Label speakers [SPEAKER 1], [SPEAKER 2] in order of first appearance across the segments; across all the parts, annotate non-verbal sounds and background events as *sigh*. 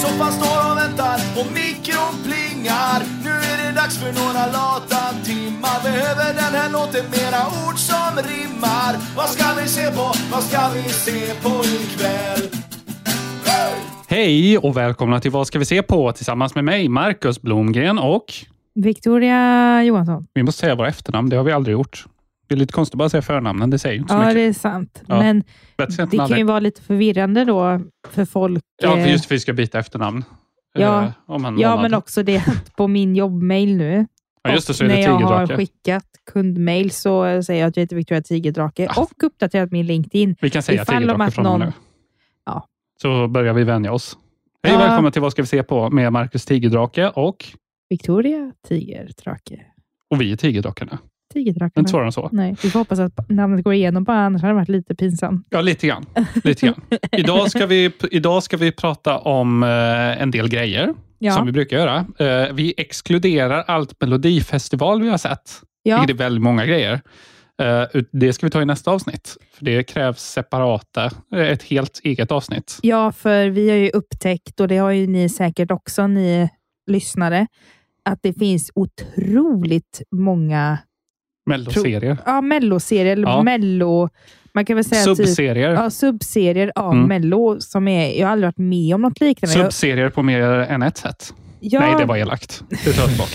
[SPEAKER 1] Soffan står och väntar och mikron plingar. Nu är det dags för några lata timmar. Behöver den här låten mera ord som rimmar. Vad ska vi se på? Vad ska vi se på ikväll? Hey!
[SPEAKER 2] Hej och välkomna till Vad ska vi se på tillsammans med mig, Marcus Blomgren och...
[SPEAKER 3] Victoria Johansson.
[SPEAKER 2] Vi måste säga våra efternamn, det har vi aldrig gjort. Det är lite konstigt att bara säga förnamnen, det säger ju inte så
[SPEAKER 3] Ja,
[SPEAKER 2] mycket.
[SPEAKER 3] det är sant.
[SPEAKER 2] Ja,
[SPEAKER 3] Men
[SPEAKER 2] Bättre sent
[SPEAKER 3] det
[SPEAKER 2] än
[SPEAKER 3] kan ju
[SPEAKER 2] aldrig.
[SPEAKER 3] vara lite förvirrande då för folk.
[SPEAKER 2] Ja, för
[SPEAKER 3] eh,
[SPEAKER 2] just för att vi ska byta efternamn.
[SPEAKER 3] Ja.
[SPEAKER 2] Eh, om en
[SPEAKER 3] ja
[SPEAKER 2] månad.
[SPEAKER 3] men också det att på min jobbmail nu.
[SPEAKER 2] ja, just det, så är
[SPEAKER 3] och
[SPEAKER 2] det
[SPEAKER 3] när jag har
[SPEAKER 2] tigerdrake.
[SPEAKER 3] skickat kundmail så eh, säger jag att jag heter Victoria Tigerdrake
[SPEAKER 2] Ah.
[SPEAKER 3] och uppdaterat min LinkedIn.
[SPEAKER 2] Vi kan säga
[SPEAKER 3] ifall om
[SPEAKER 2] tigerdrake
[SPEAKER 3] att
[SPEAKER 2] från och med
[SPEAKER 3] någon-
[SPEAKER 2] nu.
[SPEAKER 3] Ja.
[SPEAKER 2] Så börjar vi vänja oss. Hej
[SPEAKER 3] Ja.
[SPEAKER 2] och välkomna till Vad ska vi se på med Marcus Tigerdrake och...
[SPEAKER 3] Victoria Tigerdrake.
[SPEAKER 2] Och vi är Tigerdrakarna. Det är
[SPEAKER 3] Tigerdrakarna.
[SPEAKER 2] inte svårare än så.
[SPEAKER 3] Nej, vi får hoppas att namnet går igenom bara, annars hade det varit lite pinsamt.
[SPEAKER 2] Ja, lite grann. Lite
[SPEAKER 3] *laughs*
[SPEAKER 2] grann. idag, ska vi, idag ska vi prata om eh, en del grejer. som
[SPEAKER 3] Ja,
[SPEAKER 2] vi brukar göra. Eh, vi exkluderar allt Melodifestival vi har sett,
[SPEAKER 3] ja.
[SPEAKER 2] vilket är väldigt många grejer. Eh, ut- det ska vi ta i nästa avsnitt, för det krävs separata, eh, ett helt eget avsnitt.
[SPEAKER 3] ja, för vi har ju upptäckt, och det har ju ni säkert också, ni lyssnare, att det finns otroligt många
[SPEAKER 2] Melloserier.
[SPEAKER 3] ja, melloserier, eller
[SPEAKER 2] Ja.
[SPEAKER 3] mello... Man kan väl säga typ,
[SPEAKER 2] Subserier.
[SPEAKER 3] ja, subserier av
[SPEAKER 2] Mm.
[SPEAKER 3] mello. Som är, jag har aldrig varit med om något liknande. Jag-
[SPEAKER 2] Subserier på mer än ett sätt.
[SPEAKER 3] jag,
[SPEAKER 2] Nej, det var elakt. Det tar jag
[SPEAKER 3] *laughs*
[SPEAKER 2] tillbaka.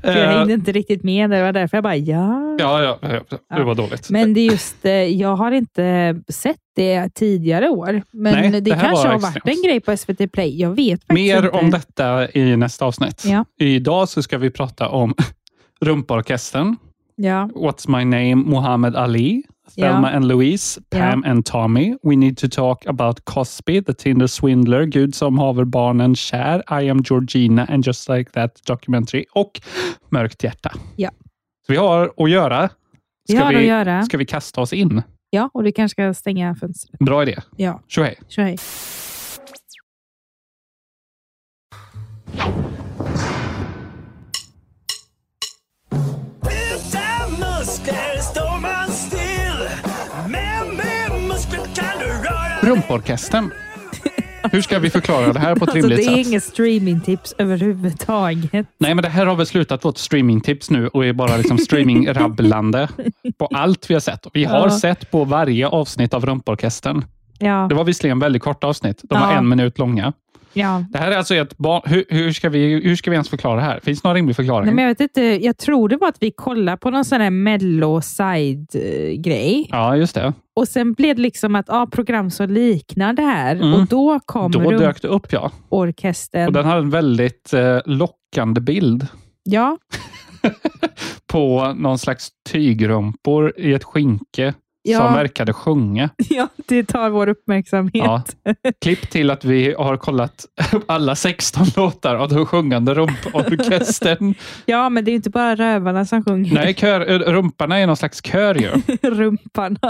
[SPEAKER 3] för jag
[SPEAKER 2] Eh,
[SPEAKER 3] hängde inte riktigt med. där. Det var därför jag bara, ja.
[SPEAKER 2] ja, ja, ja, det var dåligt.
[SPEAKER 3] Men det är just, eh, jag har inte sett det tidigare år. Men
[SPEAKER 2] Nej,
[SPEAKER 3] det,
[SPEAKER 2] det här
[SPEAKER 3] kanske
[SPEAKER 2] var
[SPEAKER 3] har varit
[SPEAKER 2] extremt.
[SPEAKER 3] en grej på SVT Play. Jag vet faktiskt
[SPEAKER 2] Mer
[SPEAKER 3] inte.
[SPEAKER 2] om detta i nästa avsnitt.
[SPEAKER 3] Ja.
[SPEAKER 2] Idag så ska vi prata om *laughs* Rumporkestern.
[SPEAKER 3] Ja,
[SPEAKER 2] What's My Name, Muhammad Ali, Thelma and Louise, Pam and Tommy. We need to talk about Cosby, The Tinder Swindler, Gud som haver barnen kär, I am Georgina and Just Like That documentary och Mörkt hjärta.
[SPEAKER 3] Ja.
[SPEAKER 2] Så vi har att göra.
[SPEAKER 3] vi har att göra.
[SPEAKER 2] Ska vi kasta oss in?
[SPEAKER 3] Ja, och du kanske ska stänga fönstret.
[SPEAKER 2] Bra idé.
[SPEAKER 3] Ja,
[SPEAKER 2] Tjohej.
[SPEAKER 3] kör hej.
[SPEAKER 4] Utan muskler står man still Men med muskler kan du röra
[SPEAKER 3] *laughs*
[SPEAKER 2] Rumporkestern. Hur ska vi förklara det här på ett
[SPEAKER 3] Alltså,
[SPEAKER 2] rimligt
[SPEAKER 3] det är
[SPEAKER 2] sätt?
[SPEAKER 3] inget streamingtips överhuvudtaget.
[SPEAKER 2] Nej, men det här har väl slutat vårt streamingtips nu och är bara liksom
[SPEAKER 3] *laughs*
[SPEAKER 2] streamingrabblande på allt vi har sett. Vi har
[SPEAKER 3] Ja.
[SPEAKER 2] sett på varje avsnitt av Rumporkestern.
[SPEAKER 3] Ja,
[SPEAKER 2] Det var visserligen väldigt korta avsnitt. De var
[SPEAKER 3] Ja.
[SPEAKER 2] en minut långa.
[SPEAKER 3] ja.
[SPEAKER 2] Det här är alltså ett barn... Hur, hur, ska vi, hur ska vi ens förklara det här? Finns det någon rimlig förklaring?
[SPEAKER 3] Nej, men jag vet inte. Jag tror det var att vi kollade på någon sån här mello-side-grej.
[SPEAKER 2] Ja, just det.
[SPEAKER 3] Och sen blev det liksom att ah, program som liknar det här.
[SPEAKER 2] Mm.
[SPEAKER 3] Och då kom
[SPEAKER 2] Då dök det upp, ja. Och
[SPEAKER 3] rumporkestern.
[SPEAKER 2] den har en väldigt eh, lockande bild
[SPEAKER 3] Ja,
[SPEAKER 2] på någon slags tygrumpor i ett skinke som
[SPEAKER 3] ja,
[SPEAKER 2] verkade sjunga.
[SPEAKER 3] *laughs* ja, det tar vår uppmärksamhet.
[SPEAKER 2] Ja. Klipp till att vi har kollat *laughs* alla 16 låtar av den sjungande
[SPEAKER 3] *laughs*
[SPEAKER 2] rumporkestern.
[SPEAKER 3] Ja, men det är ju inte bara rövarna som sjunger.
[SPEAKER 2] Nej, kör, eh, rumparna är någon slags kör ju.
[SPEAKER 3] *laughs* Rumparna. *laughs*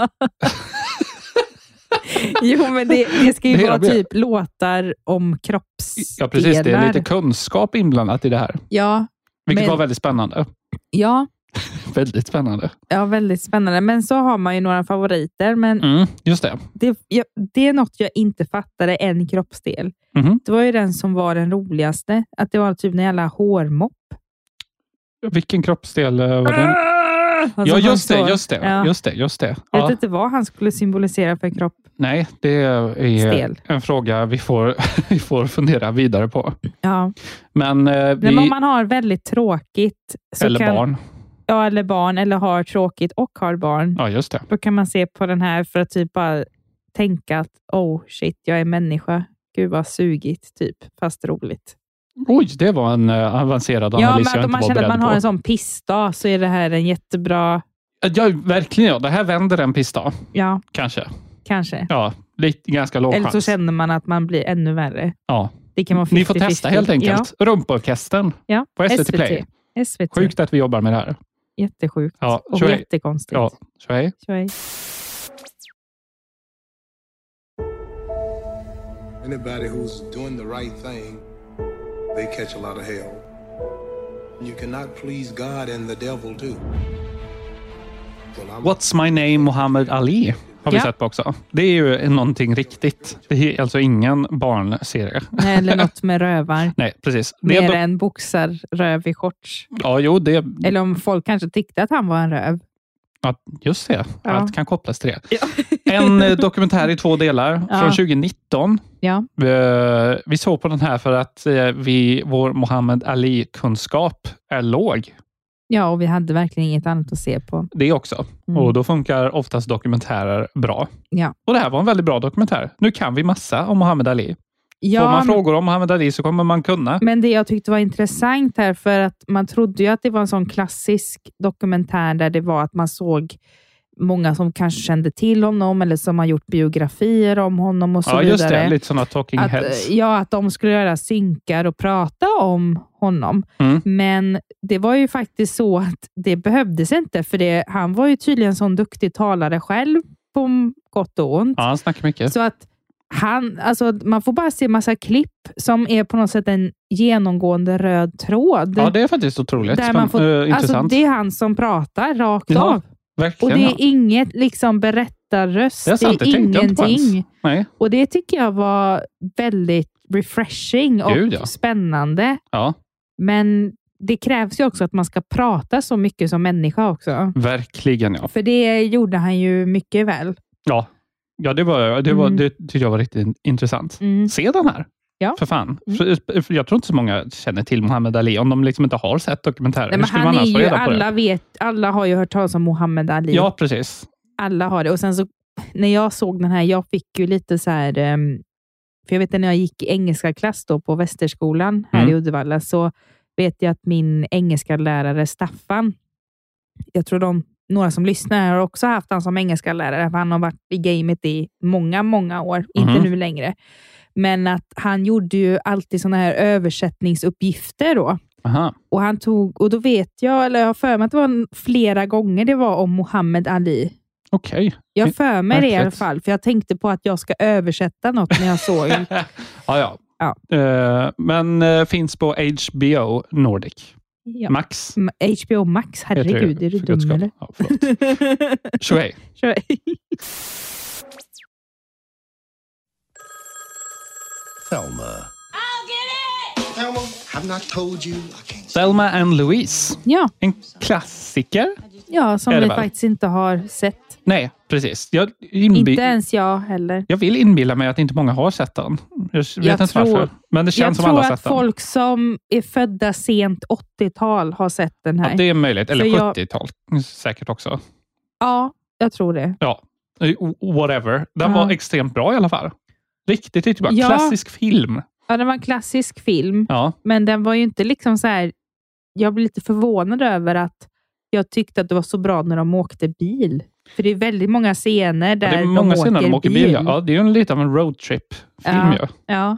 [SPEAKER 3] jo, men det, det ska ju
[SPEAKER 2] Det är
[SPEAKER 3] vara
[SPEAKER 2] de ju.
[SPEAKER 3] typ låtar om
[SPEAKER 2] Ja,
[SPEAKER 3] kroppsdelar.
[SPEAKER 2] precis. Det är lite kunskap inblandat i det här,
[SPEAKER 3] ja,
[SPEAKER 2] vilket
[SPEAKER 3] Men-
[SPEAKER 2] var väldigt spännande.
[SPEAKER 3] ja,
[SPEAKER 2] Väldigt spännande.
[SPEAKER 3] ja, väldigt spännande. Men så har man ju några favoriter. Men
[SPEAKER 2] Mm, just det.
[SPEAKER 3] det, jag, det är något jag inte fattade, en kroppsdel.
[SPEAKER 2] Mhm.
[SPEAKER 3] Det var ju den som var den roligaste. Att det var typ en jävla hårmopp.
[SPEAKER 2] Vilken kroppsdel eh, var den?
[SPEAKER 3] Alltså,
[SPEAKER 2] Ja,
[SPEAKER 3] han
[SPEAKER 2] just det.
[SPEAKER 3] står-
[SPEAKER 2] Just det.
[SPEAKER 3] Ja.
[SPEAKER 2] Just det, just det.
[SPEAKER 3] Jag
[SPEAKER 2] Ja,
[SPEAKER 3] vet inte vad han skulle symbolisera för kropp.
[SPEAKER 2] nej, det är
[SPEAKER 3] Stel.
[SPEAKER 2] en fråga vi får, *laughs* vi får fundera vidare på.
[SPEAKER 3] Ja.
[SPEAKER 2] Men eh,
[SPEAKER 3] Men om
[SPEAKER 2] vi...
[SPEAKER 3] man har väldigt tråkigt, så
[SPEAKER 2] Eller
[SPEAKER 3] kan,
[SPEAKER 2] barn.
[SPEAKER 3] Ja, eller barn, eller har tråkigt och har barn,
[SPEAKER 2] Ja, just det.
[SPEAKER 3] då kan man se på den här för att typ bara tänka att oh shit, jag är människa. Gud vad sugigt, typ, fast roligt.
[SPEAKER 2] Oj, det var en eh, avancerad
[SPEAKER 3] Ja, men
[SPEAKER 2] analys
[SPEAKER 3] att
[SPEAKER 2] jag
[SPEAKER 3] om
[SPEAKER 2] inte
[SPEAKER 3] man
[SPEAKER 2] var
[SPEAKER 3] känner att
[SPEAKER 2] beredd
[SPEAKER 3] man
[SPEAKER 2] på.
[SPEAKER 3] har en sån pissdag så är det här en jättebra...
[SPEAKER 2] Ja, verkligen. Ja. Det här vänder en pista,
[SPEAKER 3] Ja,
[SPEAKER 2] kanske.
[SPEAKER 3] kanske.
[SPEAKER 2] Ja, lite, ganska låg
[SPEAKER 3] Eller så
[SPEAKER 2] chans.
[SPEAKER 3] känner man att man blir ännu värre.
[SPEAKER 2] Ja.
[SPEAKER 3] Det kan vara 50
[SPEAKER 2] Ni får testa helt enkelt. Rumporkestern
[SPEAKER 3] Ja,
[SPEAKER 2] på
[SPEAKER 3] ja.
[SPEAKER 2] SVT, Play.
[SPEAKER 3] SVT.
[SPEAKER 2] Sjukt att vi jobbar med det här.
[SPEAKER 3] Jättesjukt.
[SPEAKER 2] Ja,
[SPEAKER 3] och
[SPEAKER 2] tjoej.
[SPEAKER 3] jättekonstigt.
[SPEAKER 2] Ja, så hej.
[SPEAKER 3] Tjoej.
[SPEAKER 5] Anybody who's doing the right thing, they catch a lot of hell. You cannot please God and the devil too. Well, I'm
[SPEAKER 2] What's my name Muhammad Ali har vi
[SPEAKER 3] Ja.
[SPEAKER 2] sett på också. Det är ju någonting riktigt. Det är alltså ingen barnserie.
[SPEAKER 3] Nej, Eller något
[SPEAKER 2] *laughs*
[SPEAKER 3] med rövar.
[SPEAKER 2] Nej, precis. Det är
[SPEAKER 3] Mer
[SPEAKER 2] ändå-
[SPEAKER 3] än boxarröv i shorts.
[SPEAKER 2] ja, jo, det,
[SPEAKER 3] Eller om folk kanske tyckte att han var en röv.
[SPEAKER 2] ja, just det.
[SPEAKER 3] Ja.
[SPEAKER 2] Allt kan kopplas till det. En eh, dokumentär i två delar
[SPEAKER 3] *laughs* Ja.
[SPEAKER 2] från 2019.
[SPEAKER 3] Ja,
[SPEAKER 2] Eh, Vi såg på den här för att eh, vi, vår Muhammad Ali-kunskap är låg.
[SPEAKER 3] ja och vi hade verkligen inget annat att se på.
[SPEAKER 2] Det också.
[SPEAKER 3] Mm.
[SPEAKER 2] Och då funkar oftast dokumentärer bra.
[SPEAKER 3] Ja.
[SPEAKER 2] Och det här var en väldigt bra dokumentär. Nu kan vi massa om Muhammad Ali. Får
[SPEAKER 3] Ja,
[SPEAKER 2] man frågor om Muhammad Ali så kommer man kunna.
[SPEAKER 3] men det jag tyckte var intressant här, för att man trodde ju att det var en sån klassisk dokumentär där det var att man såg många som kanske kände till honom eller som har gjort biografier om honom och så
[SPEAKER 2] Ja,
[SPEAKER 3] vidare.
[SPEAKER 2] just det. Lite sådana talking
[SPEAKER 3] att,
[SPEAKER 2] heads.
[SPEAKER 3] eh, ja, att de skulle göra synkar och prata om honom.
[SPEAKER 2] Mm.
[SPEAKER 3] Men det var ju faktiskt så att det behövdes inte, för det, han var ju tydligen sån duktig talare själv, på m- gott och ont.
[SPEAKER 2] Ja, han snackar mycket.
[SPEAKER 3] Så att han, alltså, man får bara se massa klipp som är på något sätt en genomgående rörd tråd.
[SPEAKER 2] ja, det är faktiskt otroligt.
[SPEAKER 3] där man
[SPEAKER 2] Spänn-
[SPEAKER 3] får,
[SPEAKER 2] eh,
[SPEAKER 3] alltså,
[SPEAKER 2] intressant.
[SPEAKER 3] det är han som pratar rakt
[SPEAKER 2] Ja,
[SPEAKER 3] av. Och
[SPEAKER 2] Verkligen.
[SPEAKER 3] det
[SPEAKER 2] ja.
[SPEAKER 3] är inget liksom berättarröst.
[SPEAKER 2] Det är sant, det tänkte jag inte på ens.
[SPEAKER 3] ingenting.
[SPEAKER 2] Nej.
[SPEAKER 3] Och det tycker jag var väldigt refreshing och
[SPEAKER 2] Gud, ja.
[SPEAKER 3] spännande.
[SPEAKER 2] Ja,
[SPEAKER 3] Men det krävs ju också att man ska prata så mycket som människa också.
[SPEAKER 2] verkligen ja.
[SPEAKER 3] För det gjorde han ju mycket väl.
[SPEAKER 2] Ja, ja det, var, det, var,
[SPEAKER 3] Mm.
[SPEAKER 2] det tyckte jag var riktigt intressant.
[SPEAKER 3] Mm.
[SPEAKER 2] Se den här.
[SPEAKER 3] Ja.
[SPEAKER 2] För fan.
[SPEAKER 3] Mm.
[SPEAKER 2] För, för jag tror inte så många känner till Muhammad Ali om de liksom inte har sett dokumentären.
[SPEAKER 3] Nej,
[SPEAKER 2] Hur
[SPEAKER 3] men
[SPEAKER 2] skulle man
[SPEAKER 3] han är
[SPEAKER 2] annars få
[SPEAKER 3] ju,
[SPEAKER 2] reda på det?
[SPEAKER 3] alla, vet, alla har ju hört talas om Muhammad Ali.
[SPEAKER 2] Ja, precis.
[SPEAKER 3] Alla har det. Och sen så, när jag såg den här, jag fick ju lite så här... ehm, För jag vet att när jag gick i engelska klass då på Västerskolan här
[SPEAKER 2] Mm.
[SPEAKER 3] i Uddevalla, så vet jag att min engelska lärare Staffan, jag tror de, några som lyssnar har också haft han som engelska lärare, för han har varit i gamet i många, många år.
[SPEAKER 2] Mhm.
[SPEAKER 3] Inte nu längre. Men att han gjorde ju alltid sådana här översättningsuppgifter då.
[SPEAKER 2] Aha.
[SPEAKER 3] Och han tog, och då vet jag, eller jag har för mig att det var en- flera gånger det var om Muhammad Ali.
[SPEAKER 2] Okej.
[SPEAKER 3] Jag har för mig det i alla
[SPEAKER 2] Märkligt.
[SPEAKER 3] fall, för jag tänkte på att jag ska översätta något när jag såg.
[SPEAKER 2] *laughs* ja, ja.
[SPEAKER 3] Ja.
[SPEAKER 2] Eh, men eh, finns på HBO Nordic.
[SPEAKER 3] Ja. Mm,
[SPEAKER 2] Max.
[SPEAKER 3] M- HBO Max,
[SPEAKER 2] heter
[SPEAKER 3] herregud, är du
[SPEAKER 2] för
[SPEAKER 3] dum
[SPEAKER 2] guds skull.
[SPEAKER 3] eller?
[SPEAKER 2] Ja, förlåt.
[SPEAKER 3] *laughs*
[SPEAKER 2] Shuey.
[SPEAKER 3] Kör.
[SPEAKER 6] Thelma.
[SPEAKER 5] Thelma,
[SPEAKER 6] I've not told you I can't
[SPEAKER 2] Selma and Louise.
[SPEAKER 3] ja,
[SPEAKER 2] En klassiker?
[SPEAKER 3] ja, som
[SPEAKER 2] Är det
[SPEAKER 3] vi
[SPEAKER 2] väl?
[SPEAKER 3] faktiskt inte har sett.
[SPEAKER 2] Nej, precis. Jag, inbi-
[SPEAKER 3] Inte ens jag heller.
[SPEAKER 2] jag vill inbilla mig att inte många har sett den. Jag vet
[SPEAKER 3] Jag
[SPEAKER 2] inte
[SPEAKER 3] tror-
[SPEAKER 2] varför. Men det
[SPEAKER 3] Jag
[SPEAKER 2] känns som
[SPEAKER 3] tror
[SPEAKER 2] alla har
[SPEAKER 3] att
[SPEAKER 2] sett den.
[SPEAKER 3] folk som är födda sent 80-tal har sett den
[SPEAKER 2] Ja,
[SPEAKER 3] här.
[SPEAKER 2] det är möjligt. Eller
[SPEAKER 3] För jag-
[SPEAKER 2] 70-tal säkert också.
[SPEAKER 3] Ja, jag tror det.
[SPEAKER 2] Ja, eh, whatever. Den
[SPEAKER 3] Ja.
[SPEAKER 2] var extremt bra i alla fall. Riktigt, riktigt bra.
[SPEAKER 3] Ja.
[SPEAKER 2] Klassisk film.
[SPEAKER 3] Ja, det var en klassisk film.
[SPEAKER 2] Ja,
[SPEAKER 3] Men den var ju inte liksom så här... Jag blev lite förvånad över att jag tyckte att det var så bra när de åkte bil. För det är väldigt många scener
[SPEAKER 2] Ja,
[SPEAKER 3] där
[SPEAKER 2] det är många
[SPEAKER 3] de, åker
[SPEAKER 2] scener de åker bil. ja.
[SPEAKER 3] Ja.
[SPEAKER 2] Ja, det är ju en, lite av en roadtrip-film.
[SPEAKER 3] Ja.
[SPEAKER 2] ju.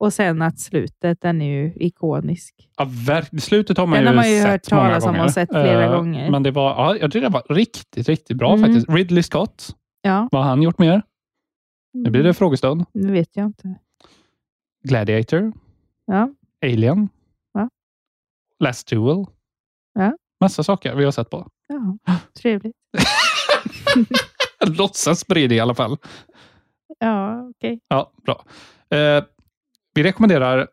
[SPEAKER 3] Och sen att slutet, den är ju ikonisk.
[SPEAKER 2] Ja, verk- slutet har man
[SPEAKER 3] Den
[SPEAKER 2] ju
[SPEAKER 3] har man ju
[SPEAKER 2] sett
[SPEAKER 3] hört
[SPEAKER 2] många
[SPEAKER 3] talas om och
[SPEAKER 2] gånger.
[SPEAKER 3] sett flera
[SPEAKER 2] Eh,
[SPEAKER 3] gånger.
[SPEAKER 2] Men det var, ja, jag tyckte det var riktigt, riktigt bra
[SPEAKER 3] Mm.
[SPEAKER 2] faktiskt. Ridley Scott,
[SPEAKER 3] Ja, Mm.
[SPEAKER 2] vad har han gjort mer? Nu blir det frågestund.
[SPEAKER 3] nu vet jag inte.
[SPEAKER 2] Gladiator,
[SPEAKER 3] Ja,
[SPEAKER 2] Alien,
[SPEAKER 3] Ja.
[SPEAKER 2] Last Duel.
[SPEAKER 3] Ja.
[SPEAKER 2] Massa saker vi har sett på. *gasps*
[SPEAKER 3] ja. trevligt.
[SPEAKER 2] *laughs* Låtsas bred i alla fall.
[SPEAKER 3] Ja, okej.
[SPEAKER 2] Ja, bra. Eh, vi rekommenderar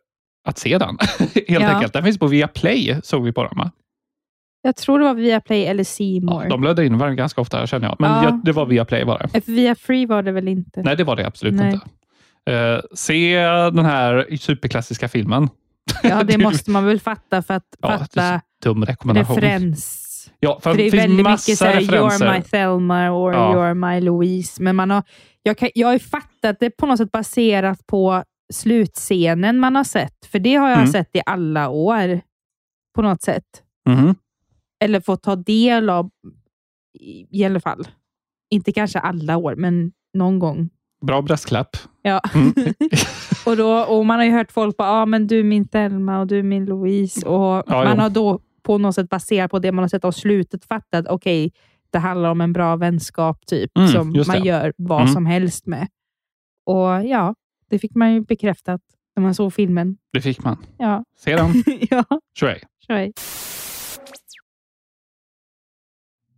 [SPEAKER 2] att se den, *laughs* helt
[SPEAKER 3] Ja.
[SPEAKER 2] enkelt. Den finns på Viaplay, såg vi på den. va?
[SPEAKER 3] Jag tror det var Viaplay eller C
[SPEAKER 2] Ja,
[SPEAKER 3] More.
[SPEAKER 2] de blödde in varandra ganska ofta, känner jag. Men
[SPEAKER 3] Ja.
[SPEAKER 2] jag, det var Viaplay bara.
[SPEAKER 3] Via Free Eh, var det väl inte?
[SPEAKER 2] Nej, det var det absolut
[SPEAKER 3] Nej.
[SPEAKER 2] inte. Eh, se den här superklassiska filmen. *laughs*
[SPEAKER 3] Ja,
[SPEAKER 2] det
[SPEAKER 3] det
[SPEAKER 2] är-
[SPEAKER 3] måste man väl fatta för att
[SPEAKER 2] Ja, det är
[SPEAKER 3] fatta
[SPEAKER 2] Dum rekommendation.
[SPEAKER 3] referens.
[SPEAKER 2] Ja, för
[SPEAKER 3] För det är
[SPEAKER 2] finns
[SPEAKER 3] väldigt
[SPEAKER 2] massa
[SPEAKER 3] mycket så här,
[SPEAKER 2] referenser.
[SPEAKER 3] you're my Thelma or
[SPEAKER 2] Ja.
[SPEAKER 3] you're my Louise. Men man har, jag, kan, jag har ju fattat det på något sätt baserat på slutscenen man har sett. För det har jag
[SPEAKER 2] Mm.
[SPEAKER 3] sett i alla år på något sätt.
[SPEAKER 2] Mhm.
[SPEAKER 3] Eller fått ta del av i, i alla fall. Inte kanske alla år, men någon gång.
[SPEAKER 2] Bra brasklapp.
[SPEAKER 3] Ja.
[SPEAKER 2] Mm. *laughs*
[SPEAKER 3] och, då, och Man har ju hört folk bara, ah, men du är min Thelma och du är min Louise. Och man
[SPEAKER 2] jo.
[SPEAKER 3] har då på något sätt baserat på det man har sett av slutet fattat, okej, det handlar om en bra vänskap typ,
[SPEAKER 2] Mm,
[SPEAKER 3] som
[SPEAKER 2] just
[SPEAKER 3] man
[SPEAKER 2] det.
[SPEAKER 3] gör vad
[SPEAKER 2] Mm.
[SPEAKER 3] som helst med. Och ja, det fick man ju bekräftat när man såg filmen.
[SPEAKER 2] Det fick man.
[SPEAKER 3] Ja, *laughs*
[SPEAKER 2] Sedan,
[SPEAKER 3] ja
[SPEAKER 2] Shrey.
[SPEAKER 3] kör jag.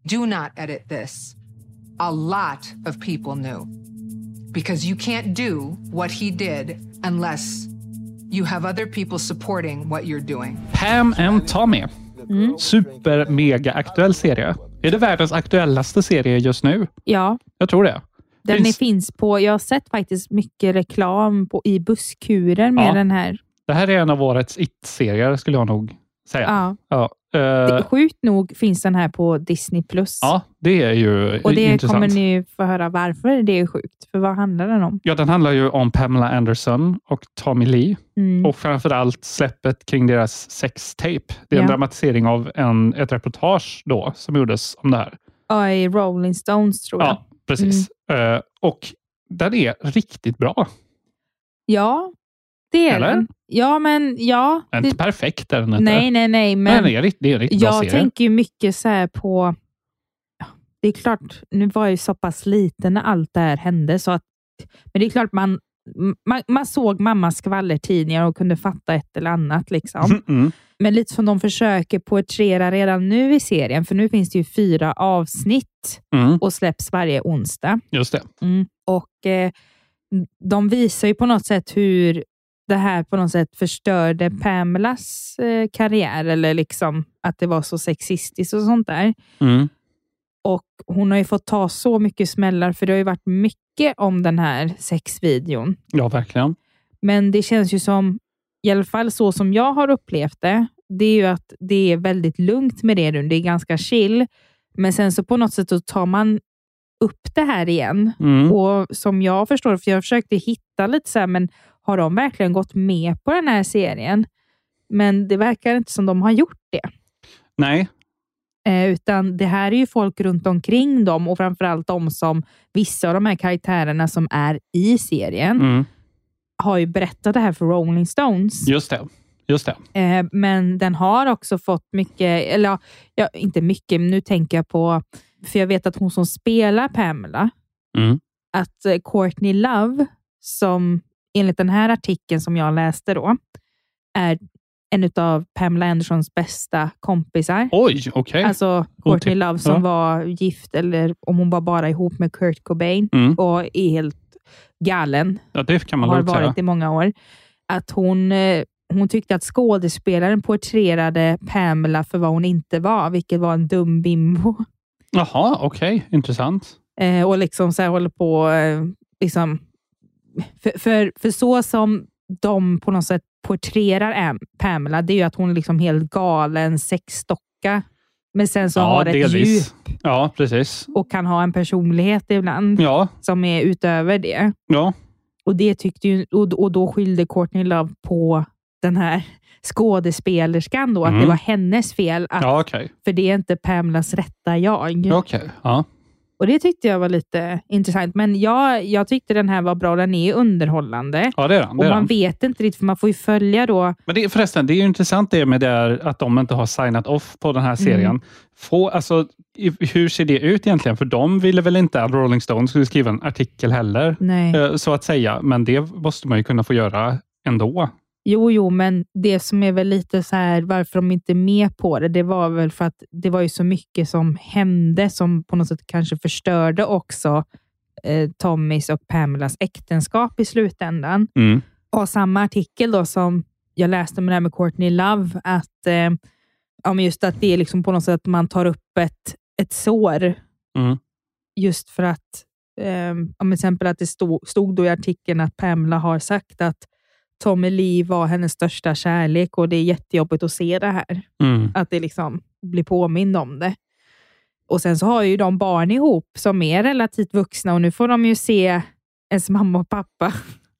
[SPEAKER 7] Do not edit this. A lot of people knew. Because you can't do what he did unless you have other people supporting what you're doing.
[SPEAKER 2] Pam and Tommy.
[SPEAKER 3] Mm.
[SPEAKER 2] Super mega aktuell serie. Är det världens aktuellaste serie just nu?
[SPEAKER 3] Ja,
[SPEAKER 2] Jag tror det.
[SPEAKER 3] den
[SPEAKER 2] Finns-
[SPEAKER 3] finns. på... Jag har sett faktiskt mycket reklam på, i busskurer med
[SPEAKER 2] Ja.
[SPEAKER 3] den här.
[SPEAKER 2] Det här är en av årets it-serier skulle jag nog säga.
[SPEAKER 3] Ja.
[SPEAKER 2] Ja.
[SPEAKER 3] Det,
[SPEAKER 2] eh,
[SPEAKER 3] sjukt nog finns den här på Disney+. Plus.
[SPEAKER 2] ja det är ju
[SPEAKER 3] Och det
[SPEAKER 2] intressant.
[SPEAKER 3] kommer ni få höra varför det är sjukt. För vad handlar den om?
[SPEAKER 2] Ja, den handlar ju om Pamela Anderson och Tommy Lee
[SPEAKER 3] Mm.
[SPEAKER 2] och framförallt släppet kring deras sextape. Det är en
[SPEAKER 3] Ja.
[SPEAKER 2] dramatisering av en, ett reportage då som gjordes om det här.
[SPEAKER 3] Ja, i Rolling Stones tror jag.
[SPEAKER 2] Ja, precis.
[SPEAKER 3] Mm.
[SPEAKER 2] Eh, och den är riktigt bra.
[SPEAKER 3] Ja, det är
[SPEAKER 2] Eller?
[SPEAKER 3] den. Ja, men ja.
[SPEAKER 2] Den är
[SPEAKER 3] det-
[SPEAKER 2] Inte perfekt är den inte.
[SPEAKER 3] nej, nej, nej.
[SPEAKER 2] Men
[SPEAKER 3] Men
[SPEAKER 2] den är, rikt- det är en riktigt bra
[SPEAKER 3] jag
[SPEAKER 2] serie.
[SPEAKER 3] tänker ju mycket så här på... Ja, Det är klart, nu var jag ju så pass liten när allt det här hände, så att, men det är klart man, man, man såg mammas skvallertidningar och kunde fatta ett eller annat. Liksom.
[SPEAKER 2] Mm, mm.
[SPEAKER 3] Men lite som de försöker porträttera redan nu i serien, för nu finns det ju fyra avsnitt
[SPEAKER 2] Mm,
[SPEAKER 3] och släpps varje onsdag.
[SPEAKER 2] just det.
[SPEAKER 3] Mm. Och eh, De visar ju på något sätt hur det här på något sätt förstörde Pamelas eh, karriär, eller liksom att det var så sexistiskt och sånt där.
[SPEAKER 2] Mm.
[SPEAKER 3] Och Hon har ju fått ta så mycket smällar, för det har ju varit mycket om den här sexvideon.
[SPEAKER 2] Ja, verkligen.
[SPEAKER 3] Men det känns ju som, i alla fall så som jag har upplevt det, det är ju att det är väldigt lugnt med det nu. Det är ganska chill. Men sen så på något sätt så tar man upp det här igen.
[SPEAKER 2] Mm.
[SPEAKER 3] Och som jag förstår, för jag försökte hitta lite så här, men har de verkligen gått med på den här serien? Men det verkar inte som de har gjort det.
[SPEAKER 2] Nej,
[SPEAKER 3] Eh, utan det här är ju folk runt omkring dem och framförallt de som, vissa av de här karaktärerna som är i serien,
[SPEAKER 2] mm.
[SPEAKER 3] har ju berättat det här för Rolling Stones.
[SPEAKER 2] just det. Just det.
[SPEAKER 3] Eh, men den har också fått mycket, eller ja, ja, inte mycket, men nu tänker jag på, för jag vet att hon som spelar Pamela,
[SPEAKER 2] Mm.
[SPEAKER 3] att eh, Courtney Love, som enligt den här artikeln som jag läste då, är en av Pamela Andersons bästa kompisar.
[SPEAKER 2] Oj, okej.
[SPEAKER 3] Alltså Courtney
[SPEAKER 2] Otippat.
[SPEAKER 3] Love som
[SPEAKER 2] Ja.
[SPEAKER 3] var gift, eller om hon var bara ihop med Kurt Cobain
[SPEAKER 2] Mm.
[SPEAKER 3] och är helt galen
[SPEAKER 2] ja, det kan man
[SPEAKER 3] har
[SPEAKER 2] lugnt säga.
[SPEAKER 3] varit i många år, att hon, eh, hon tyckte att skådespelaren porträtterade Pamela för vad hon inte var, vilket var en dum bimbo. *laughs*
[SPEAKER 2] Jaha, okej. Intressant.
[SPEAKER 3] Eh, och liksom så här håller på... Eh, liksom, för, för, för så som de på något sätt porträtterar Am- Pamela, det är ju att hon är liksom helt galen sexdocka, men sen så har ett djup
[SPEAKER 2] Ja, precis.
[SPEAKER 3] och kan ha en personlighet ibland
[SPEAKER 2] Ja,
[SPEAKER 3] som är utöver det.
[SPEAKER 2] ja.
[SPEAKER 3] Och, det tyckte ju, och, och då skyllde Courtney Love på den här skådespelerskan då, att
[SPEAKER 2] Mm.
[SPEAKER 3] det var hennes fel, att,
[SPEAKER 2] ja okej.
[SPEAKER 3] för det är inte Pamelas rätta jag.
[SPEAKER 2] Okej. Ja.
[SPEAKER 3] Och Det tyckte jag var lite intressant, men jag, jag tyckte den här var bra. Den är ju underhållande.
[SPEAKER 2] ja, det är den.
[SPEAKER 3] Och
[SPEAKER 2] Det är
[SPEAKER 3] man
[SPEAKER 2] den.
[SPEAKER 3] vet inte riktigt, för man får ju följa då.
[SPEAKER 2] Men det, är- förresten, det är ju intressant det med det här att de inte har signat off på
[SPEAKER 3] Mm.
[SPEAKER 2] den här serien. Få, alltså, i- hur ser det ut egentligen? För de ville väl inte att Rolling Stone skulle skriva en artikel heller,
[SPEAKER 3] Nej.
[SPEAKER 2] eh, så att säga. Men det måste man ju kunna få göra ändå.
[SPEAKER 3] Jo, jo, men det som är väl lite så här varför de inte är med på det, det var väl för att det var ju så mycket som hände som på något sätt kanske förstörde också eh, Tommys och Pamelas äktenskap i slutändan.
[SPEAKER 2] Mm.
[SPEAKER 3] Och samma artikel då som jag läste med det här med Courtney Love, att, eh, ja, men just att det är liksom på något sätt att man tar upp ett, ett sår
[SPEAKER 2] Mm.
[SPEAKER 3] just för att, eh, om exempel att det stod, stod då i artikeln att Pamela har sagt att Tommy Lee var hennes största kärlek och det är jättejobbigt att se det här.
[SPEAKER 2] Mm.
[SPEAKER 3] Att det liksom blir påmind om det. Och sen så har ju de barn ihop som är relativt vuxna och nu får de ju se ens mamma och pappa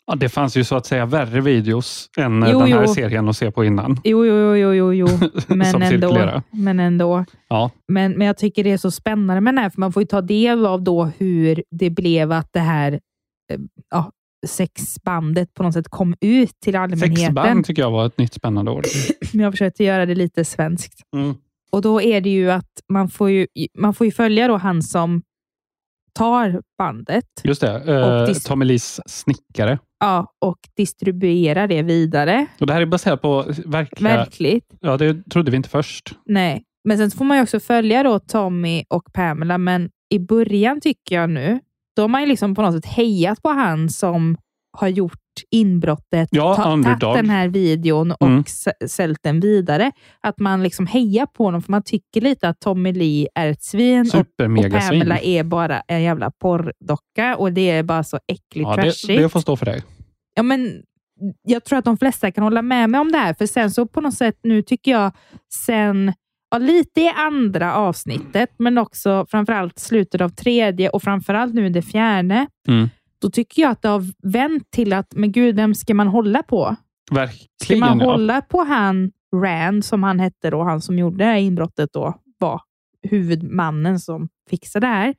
[SPEAKER 2] Ja, det fanns ju så att säga värre videos än eh,
[SPEAKER 3] Jo,
[SPEAKER 2] den här
[SPEAKER 3] jo.
[SPEAKER 2] serien att se på innan.
[SPEAKER 3] Jo, jo, jo, jo, jo, jo. men
[SPEAKER 2] *laughs* Som
[SPEAKER 3] ändå.
[SPEAKER 2] cirkulerar.
[SPEAKER 3] Men ändå.
[SPEAKER 2] Ja,
[SPEAKER 3] Men, men jag tycker det är så spännande med den här, för man får ju ta del av då hur det blev att det här eh, ja, sexbandet på något sätt kom ut till allmänheten.
[SPEAKER 2] sexband tycker jag var ett nytt spännande ord.
[SPEAKER 3] Men jag försökte göra det lite svenskt.
[SPEAKER 2] Mm.
[SPEAKER 3] Och då är det ju att man får ju, man får ju följa då han som tar bandet
[SPEAKER 2] Just det,
[SPEAKER 3] Och
[SPEAKER 2] eh,
[SPEAKER 3] dis-
[SPEAKER 2] Tommy Lees snickare.
[SPEAKER 3] ja, och distribuerar det vidare.
[SPEAKER 2] Och det här är baserat på verkliga...
[SPEAKER 3] Verkligt.
[SPEAKER 2] Ja, det trodde vi inte först.
[SPEAKER 3] Nej, men sen så får man ju också följa då Tommy och Pamela, men i början tycker jag nu, då har man ju liksom på något sätt hejat på han som har gjort inbrottet,
[SPEAKER 2] Ja, underdog.
[SPEAKER 3] tagit den här videon och
[SPEAKER 2] Mm.
[SPEAKER 3] s- säljt den vidare. Att man liksom hejar på honom, för man tycker lite att Tommy Lee är ett svin och, och
[SPEAKER 2] Supermegasvin.
[SPEAKER 3] Pamela är bara en jävla porrdocka och det är bara så äckligt
[SPEAKER 2] Ja,
[SPEAKER 3] trashigt.
[SPEAKER 2] det, det får stå för dig.
[SPEAKER 3] Ja, men jag tror att de flesta kan hålla med mig om det här, för sen så på något sätt nu tycker jag sen, ja, lite i andra avsnittet, men också framförallt slutet av tredje och framförallt nu i det fjärde,
[SPEAKER 2] Mm.
[SPEAKER 3] då tycker jag att det har vänt till att, men gud, vem ska man hålla på? Ska
[SPEAKER 2] Verkligen.
[SPEAKER 3] man
[SPEAKER 2] ja.
[SPEAKER 3] hålla på han Rand, som han hette då, han som gjorde det här inbrottet då, var huvudmannen som fixade det här.